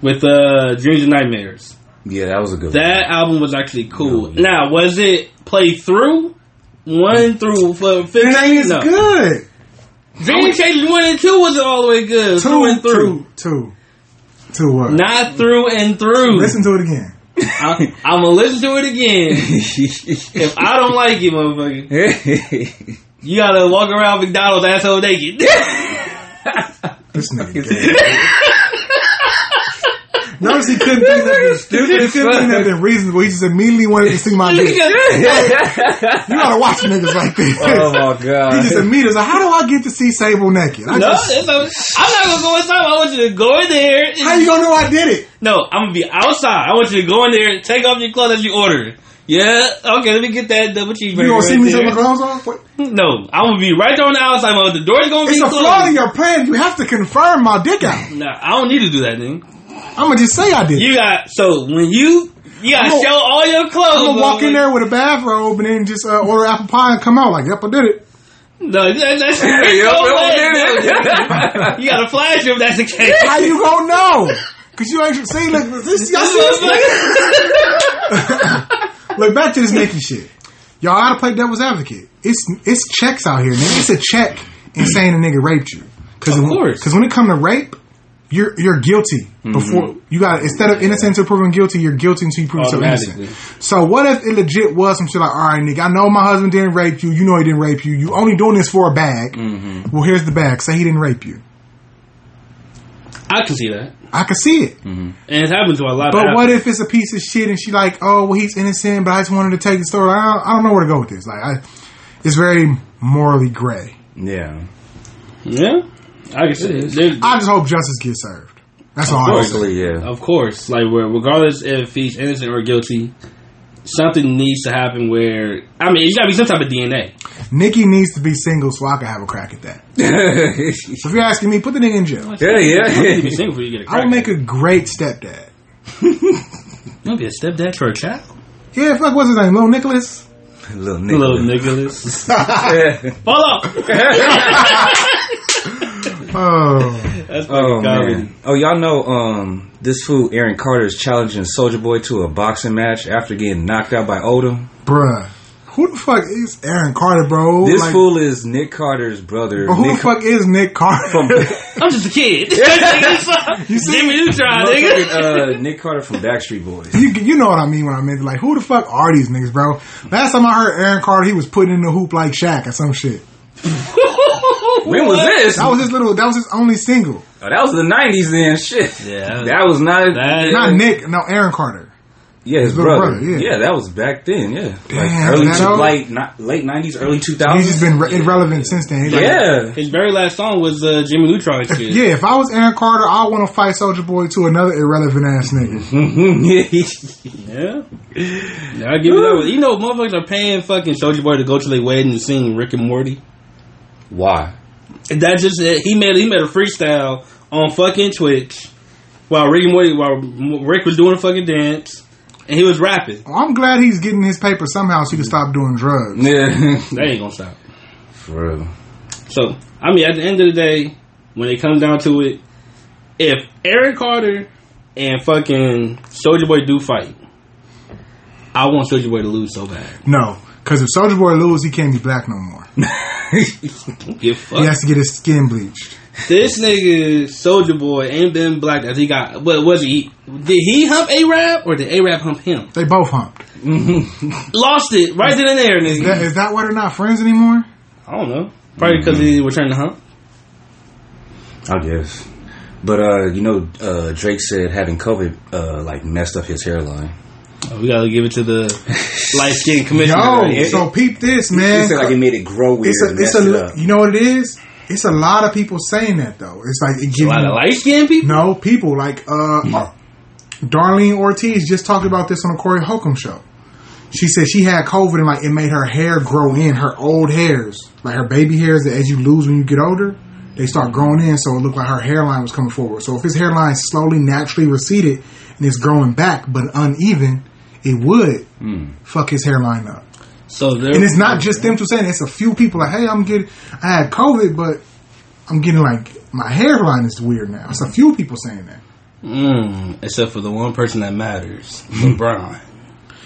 with uh, Dreams and Nightmares. Yeah, that was a good That album was actually cool. Now, was it played through? One through for It ain't fifteen. as No, good. Dream Chasers one and two wasn't all the way good. Two, through and through, two, two. Two what? not through and through. Listen to it again. I, I'm gonna listen to it *laughs* again. If I don't like it, motherfucker, one. you gotta walk around McDonald's asshole *laughs* naked. *laughs* This nigga gay. Notice he couldn't think nigga's nothing. stupid He as couldn't think fuck. nothing reasonable. He just immediately wanted *laughs* to see my dick. You gotta watch niggas like this. oh my god. He just immediately was like, "How do I get to see Sable naked? I No, just, it's a, I'm not gonna go inside. I want you to go in there. and- how you gonna know I did it? no, I'm gonna be outside. I want you to go in there and take off your clothes as you order. Yeah, okay, let me get that double cheeseburger. You gonna right see me there. take my gloves off? What? No, I'm gonna be right there on the outside. But the door's gonna be It's a flaw closed. in your plan. You have to confirm my dick out. Nah, I don't need to do that thing. I'm gonna just say I did. it. You got so when you you gotta I'm gonna- show all your clothes. I'm gonna walk motherfucker. in there with a bathrobe and then just uh, order apple pie and come out like, "Yep, I did it." No, that, that's Yo, no yo, way, yo, no. *laughs* You gotta flash him. That's the case. How you gonna know? Cause you ain't see. Look, this, y'all see this nigga? Look back to this Nikki shit. Y'all gotta play devil's advocate. It's it's checks out here, nigga. It's a check in saying a nigga raped you. Cause Of when, course. Mm-hmm. Cause when it come to rape, you're you're guilty before you got instead of innocent until proven guilty, you're guilty until you prove yourself innocent. Automatically. So what if it legit was some shit like, all right, nigga, I know my husband didn't rape you. You know he didn't rape you. You only doing this for a bag. Mm-hmm. Well, here's the bag. Say he didn't rape you. I can see that, I can see it. and it happens to a lot. But of what if it's a piece of shit and she like, oh, well, he's innocent, but I just wanted to take the story. I don't, I don't know where to go with this. Like, I, it's very morally gray. yeah. Yeah, I can see it. There's- I just hope justice gets served. That's all. I course. say. Hopefully, yeah. Of course, like where regardless if he's innocent or guilty, something needs to happen. Where I mean, it's gotta be some type of DNA. Nikki needs to be single so I can have a crack *laughs* at that. So if you're asking me, put the nigga in jail. yeah, You need to be yeah. single before you get a *laughs* I crack. would make a great stepdad. You wanna be a stepdad for a child, Yeah, fuck, what's his name? Little Nicholas? *laughs* Little nigga. little Nicholas. Yeah. Fall off. *laughs* Oh, That's Oh fucking comedy. man! Oh y'all know um this fool Aaron Carter is challenging Soldier Boy to a boxing match after getting knocked out by Odom. bruh. Who the fuck is Aaron Carter, bro? This Like, fool is Nick Carter's brother. bro, who Nick the fuck is Nick Carter? *laughs* from I'm just a kid. *laughs* you see- Jimmy, you try, Ah, nigga. motherfucking, uh, Nick Carter from Backstreet Boys. *laughs* You, you know what I mean when I meant like who the fuck are these niggas, bro? Last time I heard Aaron Carter, he was putting in the hoop like Shaq or some shit. *laughs* When was this? That was his little. That was his only single. Oh, that was the nineties then. Shit. Yeah. That was not. That- Not Nick. No, Aaron Carter. yeah, his his little brother. brother, yeah. yeah. that was back then. Yeah, Damn, like early that two, old? late not, late nineties, early two He's just thousands. been re- irrelevant since then. He's like- Yeah. His very last song was uh, Jimmy Neutron shit. *laughs* yeah. If I was Aaron Carter, I want to fight Soldier Boy to another irrelevant ass nigga. Yeah. Now I give it up. You know, motherfuckers are paying fucking Soldier Boy to go to their wedding and sing Rick and Morty. Why? That's just it. He made he made a freestyle on fucking Twitch while Rick and Morty while Rick was doing a fucking dance and he was rapping. Well, I'm glad he's getting his paper somehow so he can stop doing drugs. *laughs* Yeah. That ain't gonna stop. For real. So I mean, at the end of the day, when it comes down to it, if Aaron Carter and fucking Soldier Boy do fight, I want Soldier Boy to lose so bad. No, because if Soldier Boy loses, he can't be black no more. Don't give a fuck. He has to get his skin bleached. This nigga Soldier Boy ain't been black as he got. What was he? Did he hump A Rap or did A Rap hump him? They both humped. *laughs* Lost it right then and there, Is nigga. that, is that why they're not friends anymore? I don't know. Probably because he returned to hump. I guess. But uh, you know, uh, Drake said having COVID uh, like messed up his hairline. Oh, we gotta give it to *laughs* the light skinned commissioner. right Yo, here. so peep this, he man. said like it made it grow weird. It's a, and it's messed it a, up. you know what it is? It's a lot of people saying that though. It's like it gives a lot you- of light skinned people. No, people like uh, Darlene Ortiz just talked about this on the Corey Holcomb show. She said she had COVID and like it made her hair grow in, her old hairs, like her baby hairs that as you lose when you get older, they start growing in, so it looked like her hairline was coming forward. So if his hairline slowly naturally receded and it's growing back but uneven, it would fuck his hairline up. So there, And it's not just them two saying it, it's a few people like, hey, I'm getting, I had COVID, but I'm getting like, my hairline is weird now. It's a few people saying that. Mm, except for the one person that matters, LeBron.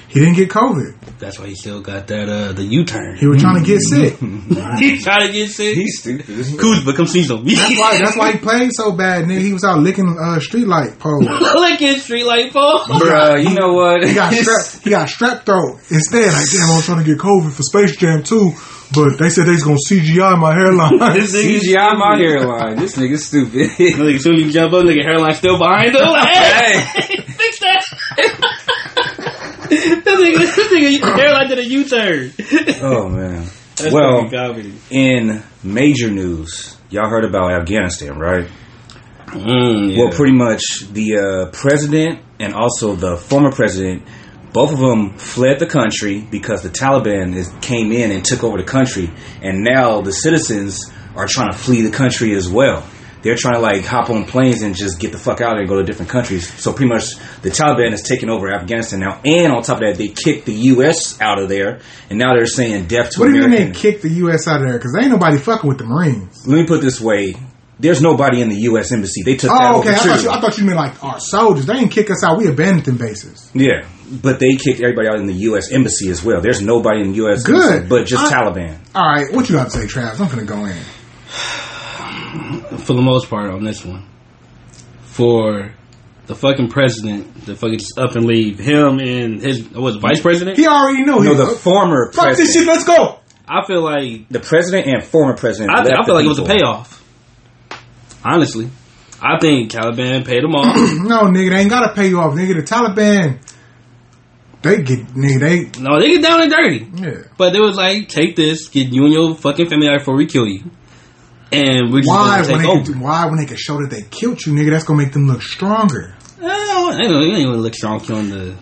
He didn't get COVID. That's why he still got that uh the U turn. He was trying to get sick. He's trying to get sick. He's stupid. Kuz become Cecil. That's why, that's why he played so bad. And then he was out licking uh, streetlight *laughs* poles. Look at street light pole. Bruh, you know what? He *laughs* got strep. He got strep throat instead. Like damn, I was trying to get COVID for Space Jam too, but they said they was gonna CGI my hairline. *laughs* This nigga CGI my hairline. This nigga's stupid. Nigga, as soon as you jump up, nigga, hairline still behind him. Like, hey, *laughs* fix that. this nigga, this nigga hairline did a U turn. *laughs* oh man. That's well, fucking comedy. in major news, y'all heard about Afghanistan, right? Mm, Well, pretty much the uh, president and also the former president, both of them fled the country because the Taliban is, came in and took over the country, and now the citizens are trying to flee the country as well. They're trying to like hop on planes and just get the fuck out and go to different countries. So pretty much the Taliban is taking over Afghanistan now, and on top of that, they kicked the U.S. out of there, and now they're saying death to What do you mean American. they kicked the U.S. out of there? Because ain't nobody fucking with the Marines. Let me put it this way: there's nobody in the U.S. embassy. They took that Oh, okay. over I too. thought, you, I thought you meant like our soldiers. They didn't kick us out. We abandoned them bases. Yeah, but they kicked everybody out in the U.S. embassy as well. There's nobody in the U.S. Good. embassy but just I- Taliban. All right, what you got to say, Travis? I'm gonna go in. for the most part on this one. For the fucking president to fucking just up and leave him and his what was it, vice president. He already knew. No, he the was- former Oh, fuck president. this shit. Let's go. *clears throat* I feel like The president and former president. I, th- left I feel the like it was a people. payoff. Honestly, I think Taliban paid them off. *clears throat* No, nigga, they ain't gotta pay you off, nigga. The Taliban, they get nigga. They no, they get down and dirty. yeah. But they was like, take this, get you and your fucking family out before we kill you. And we just gonna Why when take they over. could, why when they can show that they killed you, nigga? That's gonna make them look stronger. Eh, I don't- You ain't gonna look strong killing the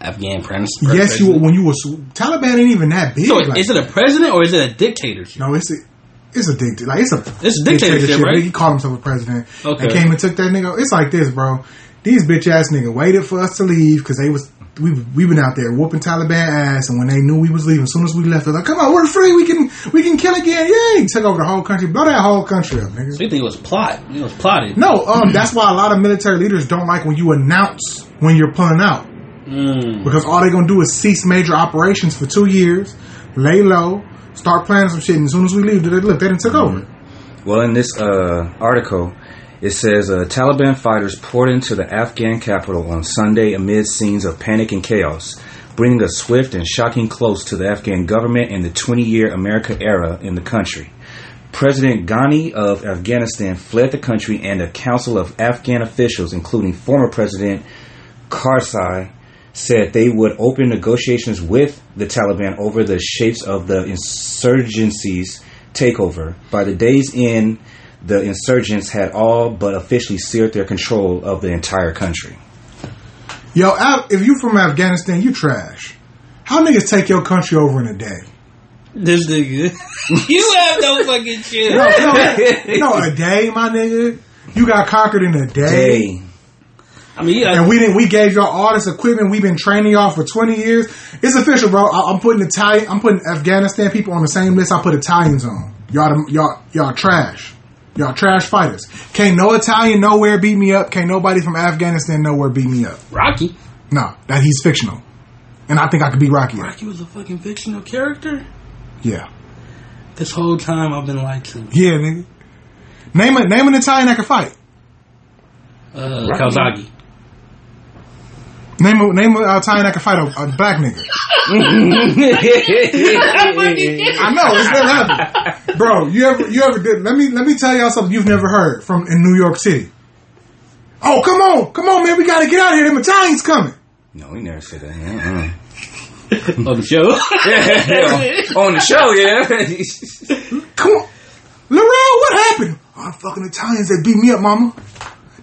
Afghan pres- president. yes, you when you was Taliban ain't even that big. So like- is it a president or is it a dictatorship? no, it's a, it's a dict like it's a It's a dictatorship, right? He called himself a president. Okay. and came and took that nigga. It's like this, bro. These bitch ass nigga waited for us to leave because they was we we been out there whooping Taliban ass, and when they knew we was leaving, as soon as we left, they're like, "Come on, we're free. We can we can kill again. Yay! Take over the whole country, blow that whole country up, nigga." So you think it was plot? It was plotted. No, um, that's why a lot of military leaders don't like when you announce when you're pulling out Mm. because all they're gonna do is cease major operations for two years, lay low, start planning some shit, and as soon as we leave, they look they done took over. Well, in this uh, article, it says uh, Taliban fighters poured into the Afghan capital on Sunday amid scenes of panic and chaos, bringing a swift and shocking close to the Afghan government and the 20-year America era in the country. President Ghani of Afghanistan fled the country, and a council of Afghan officials, including former President Karzai, said they would open negotiations with the Taliban over the shapes of the insurgency's takeover. By the day's end, the insurgents had all but officially seared their control of the entire country. Yo, Af- if you from Afghanistan, you trash. How niggas take your country over in a day? This *laughs* nigga. you have no fucking shit. No, *laughs* no, no, a day, my nigga. You got conquered in a day. Hey, I mean, yeah. And we didn't. We gave y'all all this equipment. We've been training y'all for twenty years. It's official, bro. I, I'm putting Italian. I'm putting Afghanistan people on the same list. I put Italians on. Y'all, the- y'all, y'all trash. Y'all trash fighters. Can't no Italian nowhere beat me up. Can't nobody from Afghanistan nowhere beat me up. Rocky. No, that he's fictional, and I think I could be Rocky. Rocky was a fucking fictional character. Yeah, This whole time I've been like to yeah, nigga. Name a name an Italian that can fight. uh, Rocky. Kawasaki. Name a name an Italian that can fight a, a black nigga. *laughs* I know it's never happened, bro. You ever you ever did? Let me let me tell y'all something you've never heard from in New York City. Oh come on, come on, man, we gotta get out of here. Them Italians coming. no, we never said that. Uh-uh. on the show. *laughs* Yeah, on the show, yeah. Come on, Laurel, what happened? Oh, fucking Italians that beat me up, mama.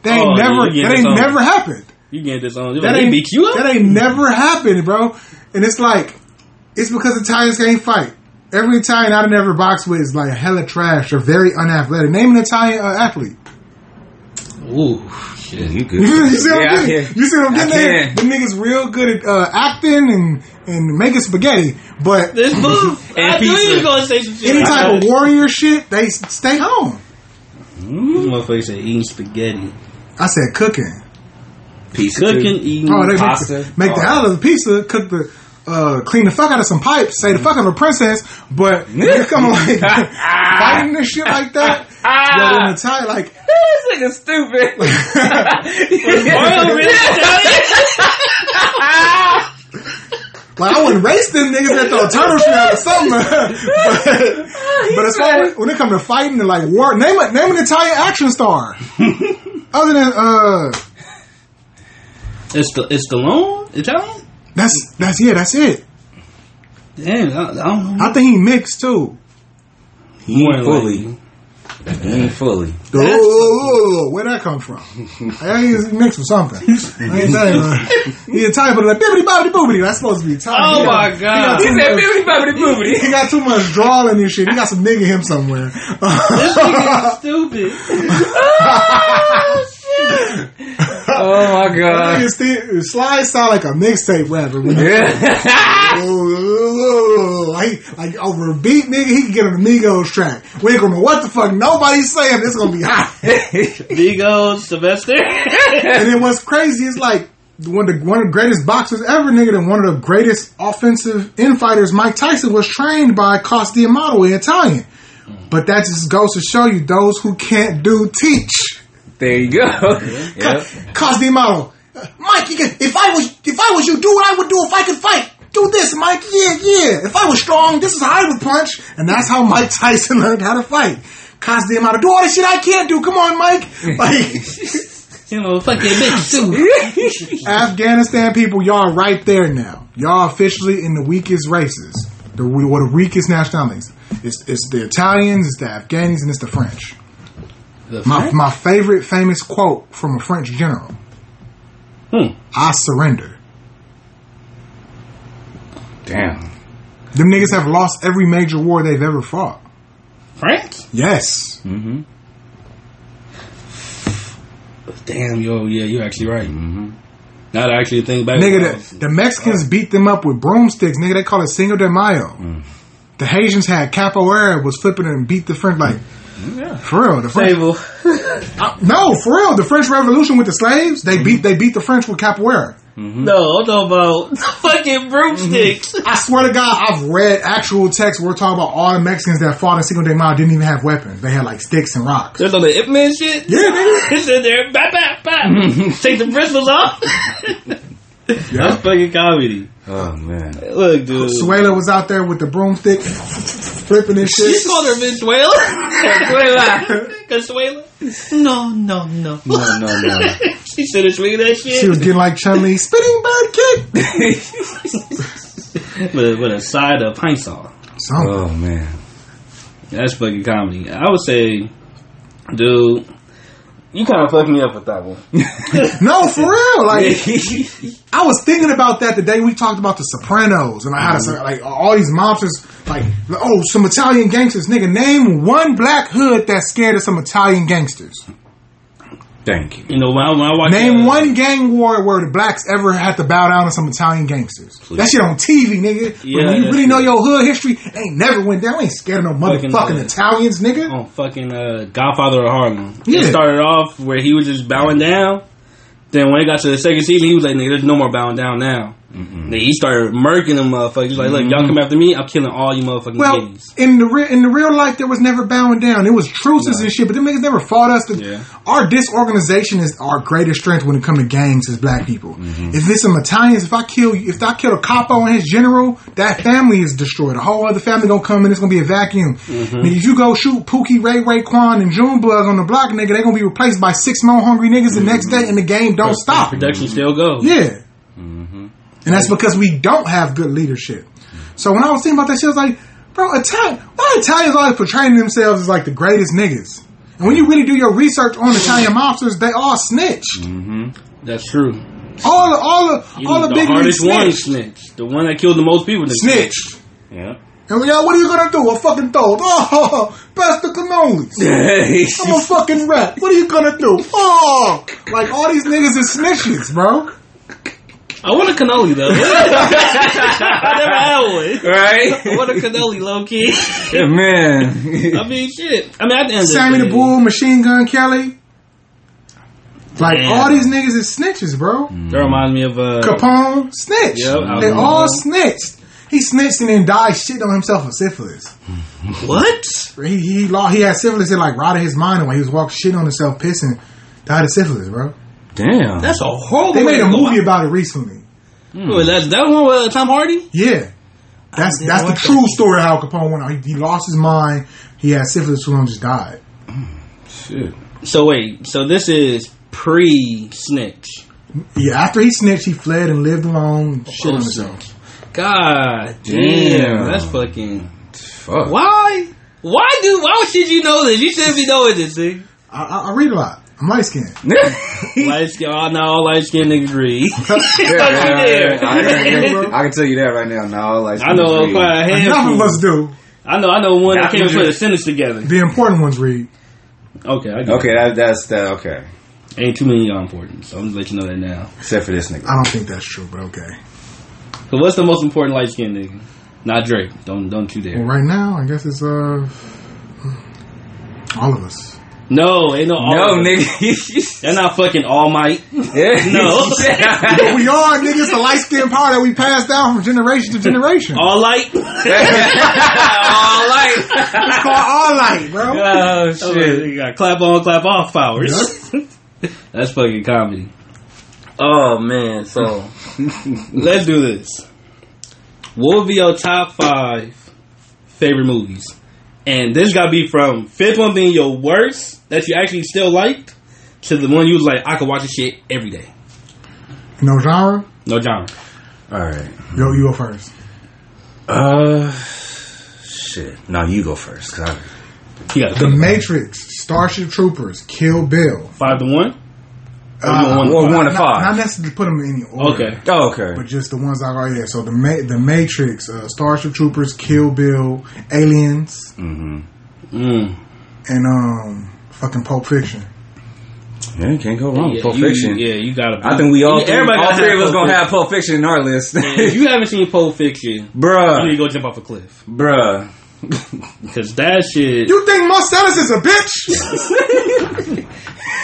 That ain't Oh, yeah, never you get that it, ain't son. never happened. *laughs* you get this on. That they ain't beat you up. That ain't never happened, bro. And it's like it's because Italians can't fight. Every Italian I done ever boxed with is like hella trash or very unathletic. Name an Italian uh, athlete. *laughs* Ooh, shit. You good? you see what yeah, I'm I getting? can. You see what I'm I getting? at? can. The niggas real good at uh, acting and and making spaghetti, *laughs* but This move. And I knew pizza. he was gonna say some shit. any like type of that. warrior shit, they s- stay home. Mm-hmm. This motherfucker said eating spaghetti, I said cooking. Pizza cooking, cooking. eating. Oh, they make, Mm-hmm. Pasta. the, make the Oh. hell out of the pizza, cook the. Uh, clean the fuck out of some pipes, say the fuck out of a princess, *laughs* but you come like fighting this shit like that. Yo, in the tie, like This nigga *laughs* stupid. *laughs* Mario really Italian? Like I would race them niggas that throw turtle shit out or something. *laughs* but, but as far as, when it comes to fighting and like war, name a, name an Italian *laughs* action star. Other than uh, It's the it's Stallone Italian. that's that's it. That's it. Damn, I, I don't know. I think he mixed too. He More than ain't fully. likely. He ain't fully. Oh, oh, oh, where that come from? I think he's mixed with something. I ain't telling you. man. He Italian, but like bibbity bobbity boobity. That's supposed to be Italian. Oh He got- my he God. got too much- He got too much drawl in this shit. He got some nigga in him *laughs* somewhere. This nigga is *laughs* stupid. Oh my god. *laughs* Nigga Steve- Sly sound like a mixtape rapper. When *laughs* Yeah. like, like over a beat, nigga, he can get an Amigos track. We ain't gonna know what the fuck nobody's saying. It's gonna be hot. *laughs* Vigo Sylvester. and then what's crazy is like one of the one of the greatest boxers ever, nigga, and one of the greatest offensive infighters, Mike Tyson, was trained by Costi Amato, an Italian. But that just goes to show you those who can't do teach. *laughs* there *laughs* you go. Yep. Cosby Model. Uh, Mike, you can, if I was if I was you, do what I would do if I could fight. Do this, Mike. Yeah, yeah. If I was strong, this is how I would punch, and that's how Mike Tyson *laughs* learned how to fight. Cosby Model, do all the shit I can't do. Come on, Mike. Like you know, fucking bitch *laughs* too. Afghanistan people, y'all right there now. Y'all officially in the weakest races, the or the weakest nationalities. It's it's the Italians, it's the Afghans, and it's the French. The My fuck? my favorite famous quote from a French general: Hmm. "I surrender." Damn. Them niggas have lost every major war they've ever fought. France? Yes. Mm-hmm. Damn, yo, yeah, you're actually right. Mm-hmm. Now that I actually think back, Nigga, the, the Mexicans beat them up with broomsticks. Nigga, they call it Cinco de Mayo. The Haitians had capoeira, was flipping and beat the French. Like, for real. The French, table. I- no, for real. The French Revolution with the slaves, they beat they beat the French with capoeira. No, I'm talking about *laughs* the fucking broomsticks. I swear to God, I've read actual texts where we're talking about all the Mexicans that fought in Cinco de Mayo didn't even have weapons. They had like sticks and rocks. There's all the Ip Man shit. Yeah, *laughs* nigga. it's in there. Bap, bap, bap. Mm-hmm. Take the bristles *laughs* off. That's fucking comedy. Oh man. Look, dude. Suela was out there with the broomstick, flipping and shit. You called her Venezuela? *laughs* Consuela? No, no, no. No, no, no. she should have swinged that shit. She was getting like Chun Li, spinning bird *laughs* kick. with, with a side of pine saw. *laughs* Something. Oh man. That's fucking comedy. I would say, dude, You kind of fucked me up with that *laughs* one. No, for real. Like I was thinking about that the day we talked about the Sopranos and I had a, like all these mobsters. Like oh, some Italian gangsters. Nigga, name one black hood that's scared of some Italian gangsters. Thank you. you know, when I, when I watched Name uh, one gang war where the blacks ever had to bow down to some Italian gangsters. That shit on TV, nigga. But Yeah, when you that's really know true. your hood history, they ain't never went down. We ain't scared of no Fucking, motherfucking uh, Italians, nigga. on fucking uh, Godfather of Harlem. Yeah. It started off where he was just bowing down. Then when it got to the second season, he was like, "Nigga, there's no more bowing down now." Mm-hmm. Then he started murking them motherfuckers. He was like, "Look, y'all come after me, I'm killing all you motherfucking Well, niggas." in the re- in the real life, there was never bowing down. It was truces and shit, but them niggas never fought us. The- Yeah. Our disorganization is our greatest strength when it comes to gangs as black people. If it's some Italians, if I kill if I kill a capo and his general, that family is destroyed. A whole other family gonna come and it's gonna be a vacuum. And if you go shoot Pookie, Ray Ray Quan, and Junebug on the block, nigga, they gonna be replaced by six more hungry niggas the next day, and the game don't stop. Production still goes. Yeah. Mm-hmm. And that's because we don't have good leadership. So when I was thinking about that shit, I was like, bro, Italian, why Italians always portraying themselves as like the greatest niggas? And when you really do your research on Italian mobsters, they all snitched. Mm-hmm. That's true. All the, all the, Even all the, the big niggas hardest one snitched. snitched. The one that killed the most people. Snitched. Snitched. Yeah. And we all, what are you gonna do? A fucking dog? *laughs* Oh, Pastor *laughs* Cannolis. I'm a fucking rat. What are you gonna do? Oh, like all these niggas is snitches, bro. I want a cannoli *laughs* though. I never had one. I right? want a cannoli, low *laughs* key. *laughs* Yeah, man. *laughs* I mean, shit. I mean, at the end Sammy of the the day, Bull, Machine Gun Kelly. Like Damn. all these niggas is snitches, bro. That reminds me of uh, Capone snitched. Yep, I they remember. all snitched. He snitched and then died shitting on himself with syphilis. what? He he lost, he had syphilis. It like rotted his mind while he was walking shitting on himself, pissing, died of syphilis, bro. Damn. That's a horrible. They way made a to go movie out. about it recently. Wait, that's that one with uh, Tom Hardy. Yeah, that's didn't that's the watch true story of how Capone went out. He, he lost his mind. He had syphilis, so long just died. Shit. So wait, so this is pre snitch. Yeah, after he snitched, he fled and lived alone, shit on Oh, himself. God damn, Damn. that's fucking. Fuck. Why? Why do? Why should you know this? You shouldn't be knowing this *laughs* thing. I, I, I read a lot. I'm light skinned. Light skin, oh, no, all light skin nigga agree. Yeah, Fuck you right, there. *laughs* right, right. I can tell you that right now. No, like I know it's quite a Enough of handful. us do. I know, I know one that Not can't even you. put a sentence together. The important ones read. Okay, I get Okay, that, that's that. Okay, It. Ain't too many y'all important, so I'm just let you know that now. except for this nigga. *laughs* I don't think that's true, but okay. So what's the most important light skin nigga? Not Drake. Don't don't you Well, dare. right now, I guess it's uh, all of us. No, ain't no. all of No, them. nigga. *laughs* They're not fucking all might. No. *laughs* But we are niggas the light skin power that we passed down from generation to generation. All light. All right. It's called all light, bro. Oh Oh, man, shit. *laughs* you got clap on, clap off powers. *laughs* That's fucking comedy. Oh man, *laughs* so let's do this. What would be your top five favorite movies? And this got to be from fifth one being your worst that you actually still liked to the one you was like, I could watch this shit every day. No genre. No genre. All right. Yo, you go first. Uh, shit. No, you go first. 'cause I- You got to The Matrix, Starship Troopers, Kill Bill. five to one. Uh, one to Well, five? one to not, five. not necessarily put them in any order. Okay. Oh, okay. But just the ones I got, yeah. So the Ma- the Matrix, uh, Starship Troopers, Kill Bill, Aliens, Mm-hmm. Mm. and um, fucking Pulp Fiction. Yeah, you can't go wrong. Yeah, with Oh, Pulp you- Fiction. yeah, you got to. I think we all three, Everybody all gotta three of us Pulp gonna Fiction. have Pulp Fiction in our list, If you haven't seen Pulp Fiction, you need to *laughs* bruh, go jump off a cliff bruh. because that shit. You think Marcellus is a bitch?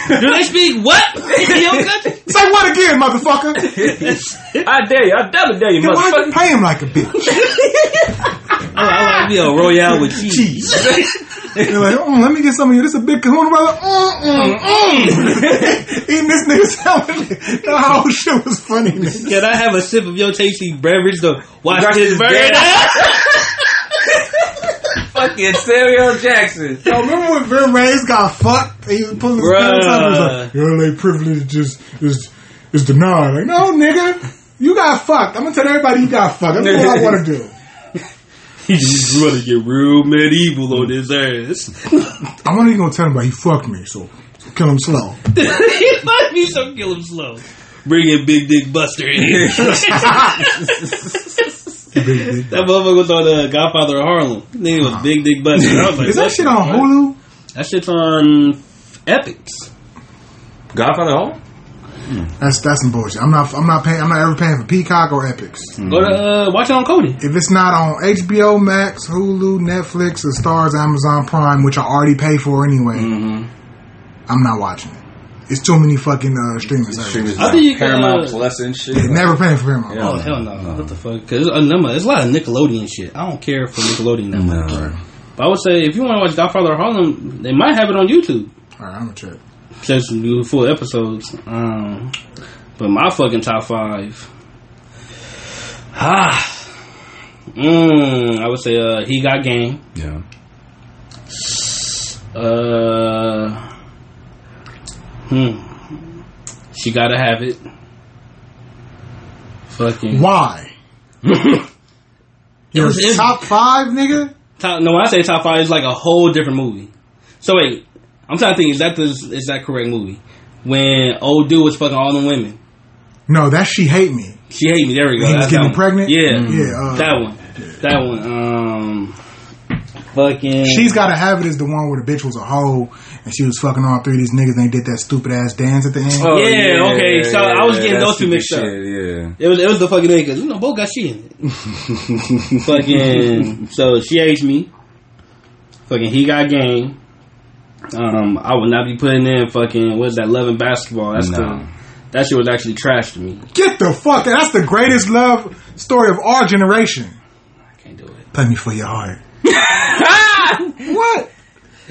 Do they speak *laughs* what in your country? Say what again, motherfucker? I dare you. I double dare you, Then why'd you motherfucker. pay him like a bitch? Oh, I, I like me a royale with cheese. You're like, mm, let me get some of you. This a big kahuna, brother. Mm, mm, mm. *laughs* Eating this nigga sandwich. That whole shit was funny. *laughs* *laughs* nigga. Can I have a sip of your tasty beverage to watch Watch this this burn dance. out? *laughs* Fucking Samuel Jackson. Yo, remember when Vin Ray's got fucked? And he was pulling his Bruh. pants up. He was like, your LA privilege is, is, is denied. Like, no, nigga. You got fucked. I'm going to tell everybody you got fucked. That's what I want to do. He just wanna get real medieval on his ass. *laughs* I'm not even going to tell him, but he fucked me. So, so Kill him slow. he might be some kill him slow. Bring in Big Dick Buster in here. *laughs* Big dick. That motherfucker was on uh, Godfather of Harlem. Nigga was Big Dick Buster. I was like, Is that shit on funny. Hulu? That shit's on Epics. Godfather Hall? That's that's some bullshit. I'm not I'm not paying I'm not ever paying for Peacock or Epics. Go to uh, watch it on Cody. If it's not on HBO Max, Hulu, Netflix, or Stars, Amazon Prime, which I already pay for anyway, I'm not watching it. It's too many fucking uh, streaming services. I think you can, Paramount uh, Plus and *laughs* shit. They're Never paying for him. Yeah. Oh hell no! What the fuck? uh, Because there's a lot of Nickelodeon shit. I don't care for Nickelodeon that much. But I would say if you want to watch Godfather of Harlem, they might have it on YouTube. All right, I'm gonna trip. Just do full episodes. Um, but my fucking top five. *sighs* Ah, mm, I would say uh, he got game. Yeah. Uh, hmm. She gotta have it. Fucking. Why? It Your was- it was- top five, nigga. Top, no, when I say top five, it's like a whole different movie. So wait, I'm trying to think. Is that the is that correct movie? When old dude was fucking all the women, No, that she hate me. she hate me. There we go. He was That's getting that one. pregnant? Yeah, Yeah, uh, that one. That one. Um, fucking. She's gotta have it. Is the one where the bitch was a hoe and she was fucking all three of these niggas and they did that stupid ass dance at the end. Oh, Yeah, okay, so I was getting that those two stupid mixed up. shit, Yeah. It was it was the fucking thing because you know both got she in it. fucking. So she hates me. Fucking. He got game. Um, I would not be putting in fucking what's that? Loving basketball. That's No. the. That shit was actually trash to me. Get the fuck out. That's the greatest love story of our generation. I can't do it. Play me for your heart. What? *laughs*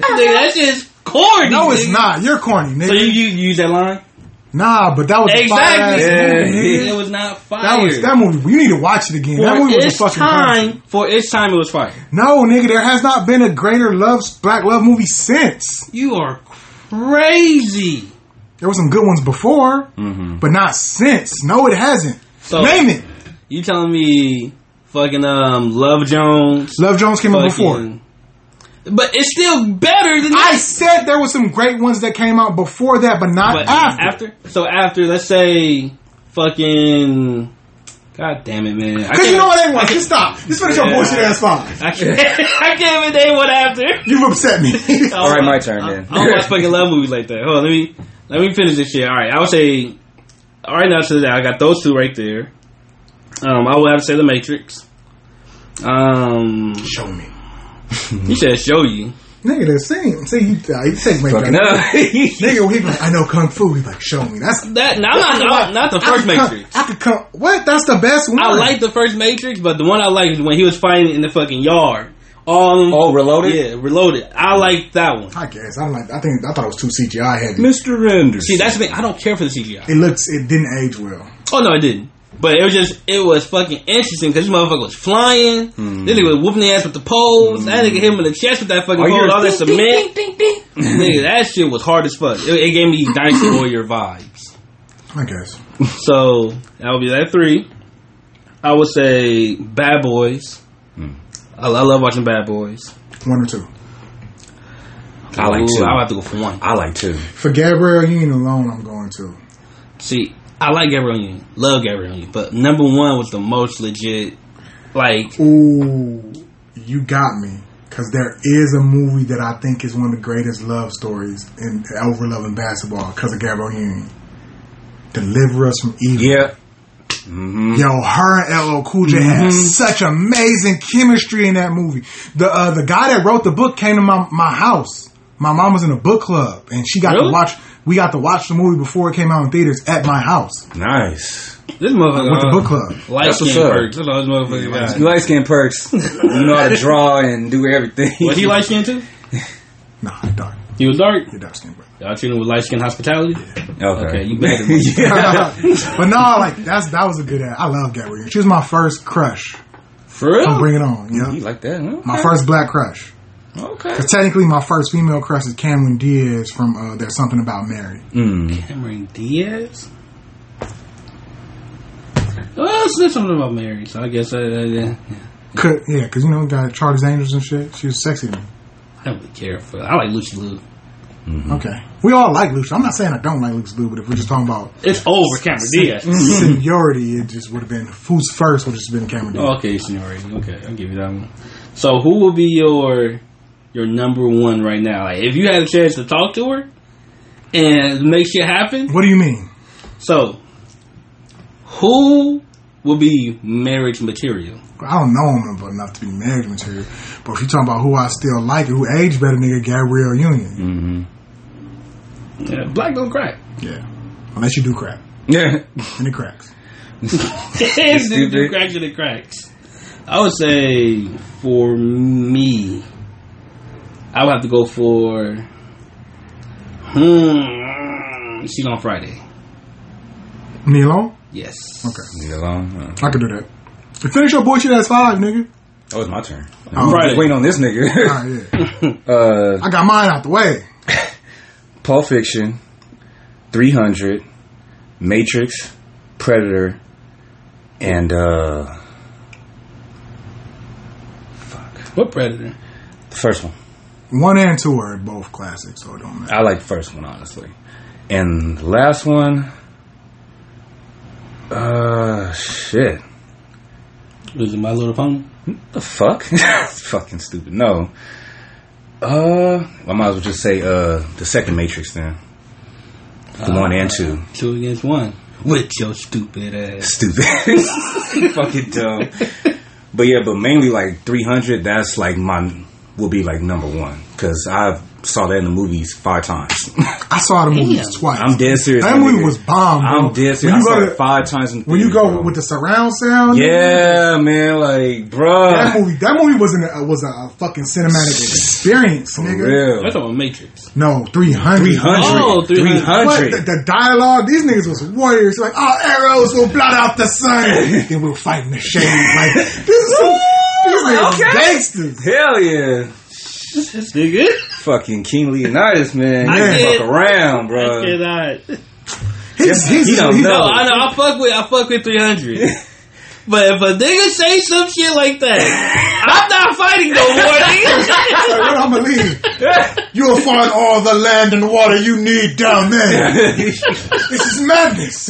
Nigga, that shit is corny. No, it's nigga. not. You're corny, nigga. So you, you use that line? Nah, but that was a Exactly. fire-ass Yeah. movie, nigga. It was not fire. That was that movie. You need to watch it again. for that movie was a its fucking time. classic. For its time, it was fire. No, nigga, there has not been a greater love black love movie since. You are crazy. There were some good ones before, Mm-hmm. but not since. No, it hasn't. So- Name it. You telling me fucking um Love Jones? Love Jones came out before. fucking- But it's still better than I that. said there was some great ones that came out before that, but not But after. So after, let's say, fucking. God damn it, man! I Cause you can't- know what they want. Just stop. Just finish your Yeah. bullshit ass five. I can't. *laughs* I can't even name what after. You've *laughs* upset me. *laughs* All right, I- my turn I- then. I *laughs* don't watch fucking love movies like that. Hold on, let me let me finish this shit. All right, I would say all right now to that I got those two right there. Um, I would have to say The Matrix. Um, Show me. you said show you. Nigga, the same. See, you, uh, you take *laughs* my Fucking up. Nigga, he be like, I know kung fu. He like, show me. That's That now, not, not not the first I could come- Matrix. I could come. What? That's the best one. I like the first Matrix, but the one I like is when he was fighting in the fucking yard. Um, All Oh, reloaded? yeah, reloaded. I like that one. I guess I like. I think I thought it was too CGI heavy. Mr. Anderson. See, that's the thing. I don't care for the CGI. It looks. It didn't age well. Oh no, it didn't. But it was just it was fucking interesting because this motherfucker was flying. Hmm. This nigga was whooping the ass with the poles. That nigga hit him in the chest with that fucking Oh, Hmm. you pole. were All that ding, cement. nigga, that shit was hard as fuck. It, it gave me *coughs* Dynasty Warrior vibes. I guess. So that would be that three. I would say Bad Boys. Mm. I, I love watching Bad Boys. One or two. I like Ooh, two. I would have to go for one. I like two. For Gabrielle Union alone, I'm going to. See, I like Gabriel Union. Love Gabriel Union. But number one was the most legit. Like Ooh, you got me. Cause there is a movie that I think is one of the greatest love stories in over love and basketball. Cause of Gabrielle Union. Deliver us from evil. Yeah. Mm-hmm. Yo, her and LL Cool J had such amazing chemistry in that movie. The uh, the guy that wrote the book came to my, my house. My mom was in a book club, and she got Really? to watch. We got to watch the movie before it came out in theaters at my house with Nice. this motherfucker uh, the book club. Light That's skin what's up. perks. That's all this motherfucker got. You like skin perks. you know how to draw and do everything. Was he light skinned too? Nah, you're dark. He was dark. You're dark skinned, bro. Y'all treating him with light skinned hospitality? *laughs* Okay. Okay, you better than me. *laughs* yeah. but no, like that's that was a good. ass. I love Gabrielle. She was my first crush. For real? Bring it on, You yeah. like that, huh? My first black crush. Okay. 'Cause technically, my first female crush is Cameron Diaz from uh, "There's Something About Mary." Mm. Cameron Diaz? Well, it said something about Mary, so I guess uh, I, I, I, Could, yeah, because you know, got Charlie's Angels and shit. She was sexy. to me. I don't really care for I like Lucy Liu. Okay. We all like Lucha. I'm not saying I don't like Lucha Blue, but if we're just talking about It's over, Cameron Diaz. Mm-hmm. seniority, it just would have been who's first would have just been Cameron Diaz. Oh, Okay, seniority. Okay, I'll give you that one. So, who will be your your number one right now? Like, if you had a chance to talk to her and make shit happen, What do you mean? so who will be marriage material? I don't know him about enough to be marriage material, but if you're talking about who I still like and who aged better, nigga, Gabrielle Union. Mm-hmm. Yeah, black don't *laughs* crack. Yeah. Unless you do crack. Yeah. And it cracks. If you do Stupid. cracks, then it cracks. I would say for me, I would have to go for hmm. She's on Friday. Me alone? Yes. Okay. Leave it alone. Uh, I could do that. Finish your bullshit at five, nigga. Oh, it's my turn. Oh, Friday. Wait on this nigga. *laughs* Ah, yeah. uh, I got mine out the way. Pulp Fiction, 300, Matrix, Predator, and uh, What predator? the first one. One and two are both classics, so it don't matter. I like the first one honestly, and the last one. Uh, shit. Was it My Little Pony? The fuck? *laughs* Fucking stupid. No. Uh, I might as well just say uh the second Matrix then. The Uh. one and two. Two against one. With your stupid ass. Stupid. *laughs* Fucking dumb. But yeah, but mainly like 300. That's like my will be like number one because I saw that in the movies five times. *laughs* I saw the movies Damn. twice. I'm dead serious. my That movie nigga. was bomb. Bro. I'm dead When serious. I you saw go it to, five times in when you theaters, go bro. with the surround sound, yeah, man, like bruh. that movie that movie was not a, was a, a fucking cinematic experience, For nigga. real. That's on Matrix. No, three hundred. 300. Oh, 300. 300. But the, the dialogue, these niggas was warriors. Like, our arrows will blot out *laughs* the sun. then we'll fight in the shade. Like, this is some, these niggas is okay. gangsters. Hell yeah. *laughs* This nigga. Fucking King Leonidas, man. You I didn't did- fuck around, bro. I cannot. He's, he's, He don't he's- know. No, I *laughs* know. I fuck with. I fuck with three *laughs* hundred. But if a nigga say some shit like that, I'm not fighting no more. Like, what I'm *laughs* gonna leave. You'll find all the land and water you need down there. This is madness.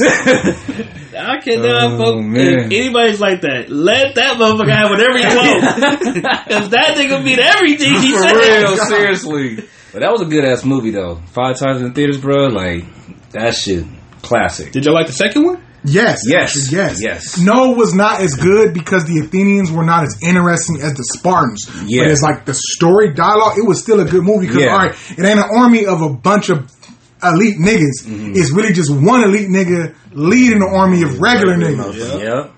nigga. I cannot Oh, fuck. man. If anybody's like that, let that motherfucker have *laughs* whatever he wants. Cause that nigga beat everything he For said. *laughs* real, seriously. But that was a good ass movie though. Five times in the theaters, bro. Like that shit, classic. Did y'all like the second one? Yes, Yes, actually, yes, yes. No was not as good because the Athenians were not as interesting as the Spartans. Yeah. But it's like the story dialogue. It was still a good movie because Yeah. all right, it ain't an army of a bunch of elite niggas. Mm-hmm. It's really just one elite nigga leading the army of regular niggas. Yep.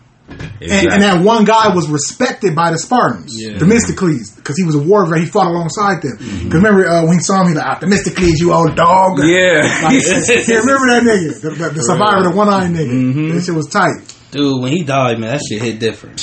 And, and that one guy was respected by the Spartans, Yeah. Themistocles, because he was a war vet. He fought alongside them. Because remember uh, when he saw him, he like, ah, Themistocles, you old dog. Mm-hmm. yeah. *laughs* *laughs* Yeah, remember that nigga, the, the, the survivor, the one eyed nigga. Mm-hmm. That shit was tight. Dude, when he died, man, that shit hit different.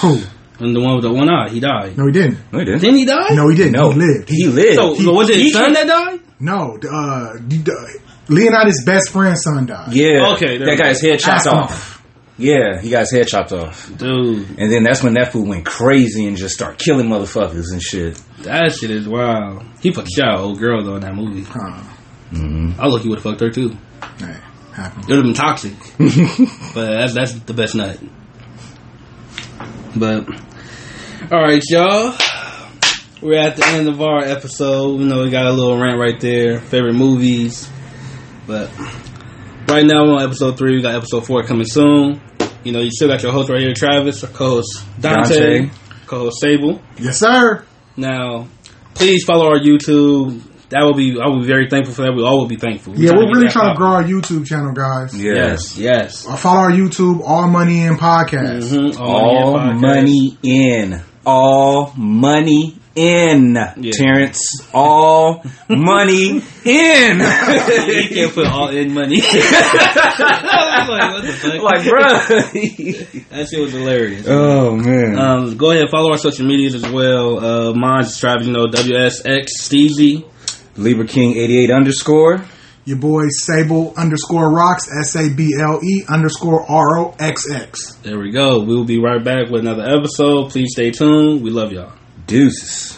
Who? And the one with the one eye, he died. No, he didn't. no, he didn't. Didn't he die? No, he didn't. No, He lived. He lived. So, He- so was it he- his son that died? No, the, uh, the, the, Leonidas' best friend son died. Yeah. Okay, there That we go. guy's head chopped Ask him. off. Yeah, he got his head chopped off. Dude, And then that's when that fool went crazy and just started killing motherfuckers and shit. that shit is wild. He fucked shot old girl though in that movie. Mm-hmm. Huh. I look, he would have fucked her too. Hey, happened. It would have been toxic. *laughs* but that's, that's the best nut. But, alright, y'all. We're at the end of our episode. You know, we got a little rant right there. Favorite movies. But, right now we're on episode three. We got episode four coming soon. You know, you still got your host right here, Travis, our co host Dante, Dante. co host Sable. Yes, sir. Now, please follow our YouTube. That will be, I will be very thankful for that. We all will be thankful. Yeah, we're get really that trying to pop. grow our YouTube channel, guys. Yeah. Yes, yes. Uh, Follow our YouTube, All Money In Podcast. Mhm. All Podcast. money in. All money in. Terrence. All money *laughs* in. you can't put all in money. *laughs* I was like, what the fuck? like, bruh. that shit was hilarious. *laughs* oh, man. Um, go ahead, follow our social medias as well. Uh, mine's subscribe, you know, WSX Steezy. Libra King 88 underscore. Your boy Sable underscore rocks, S A B L E underscore R O X X. There we go. We will be right back with another episode. Please stay tuned. We love y'all. Deuces.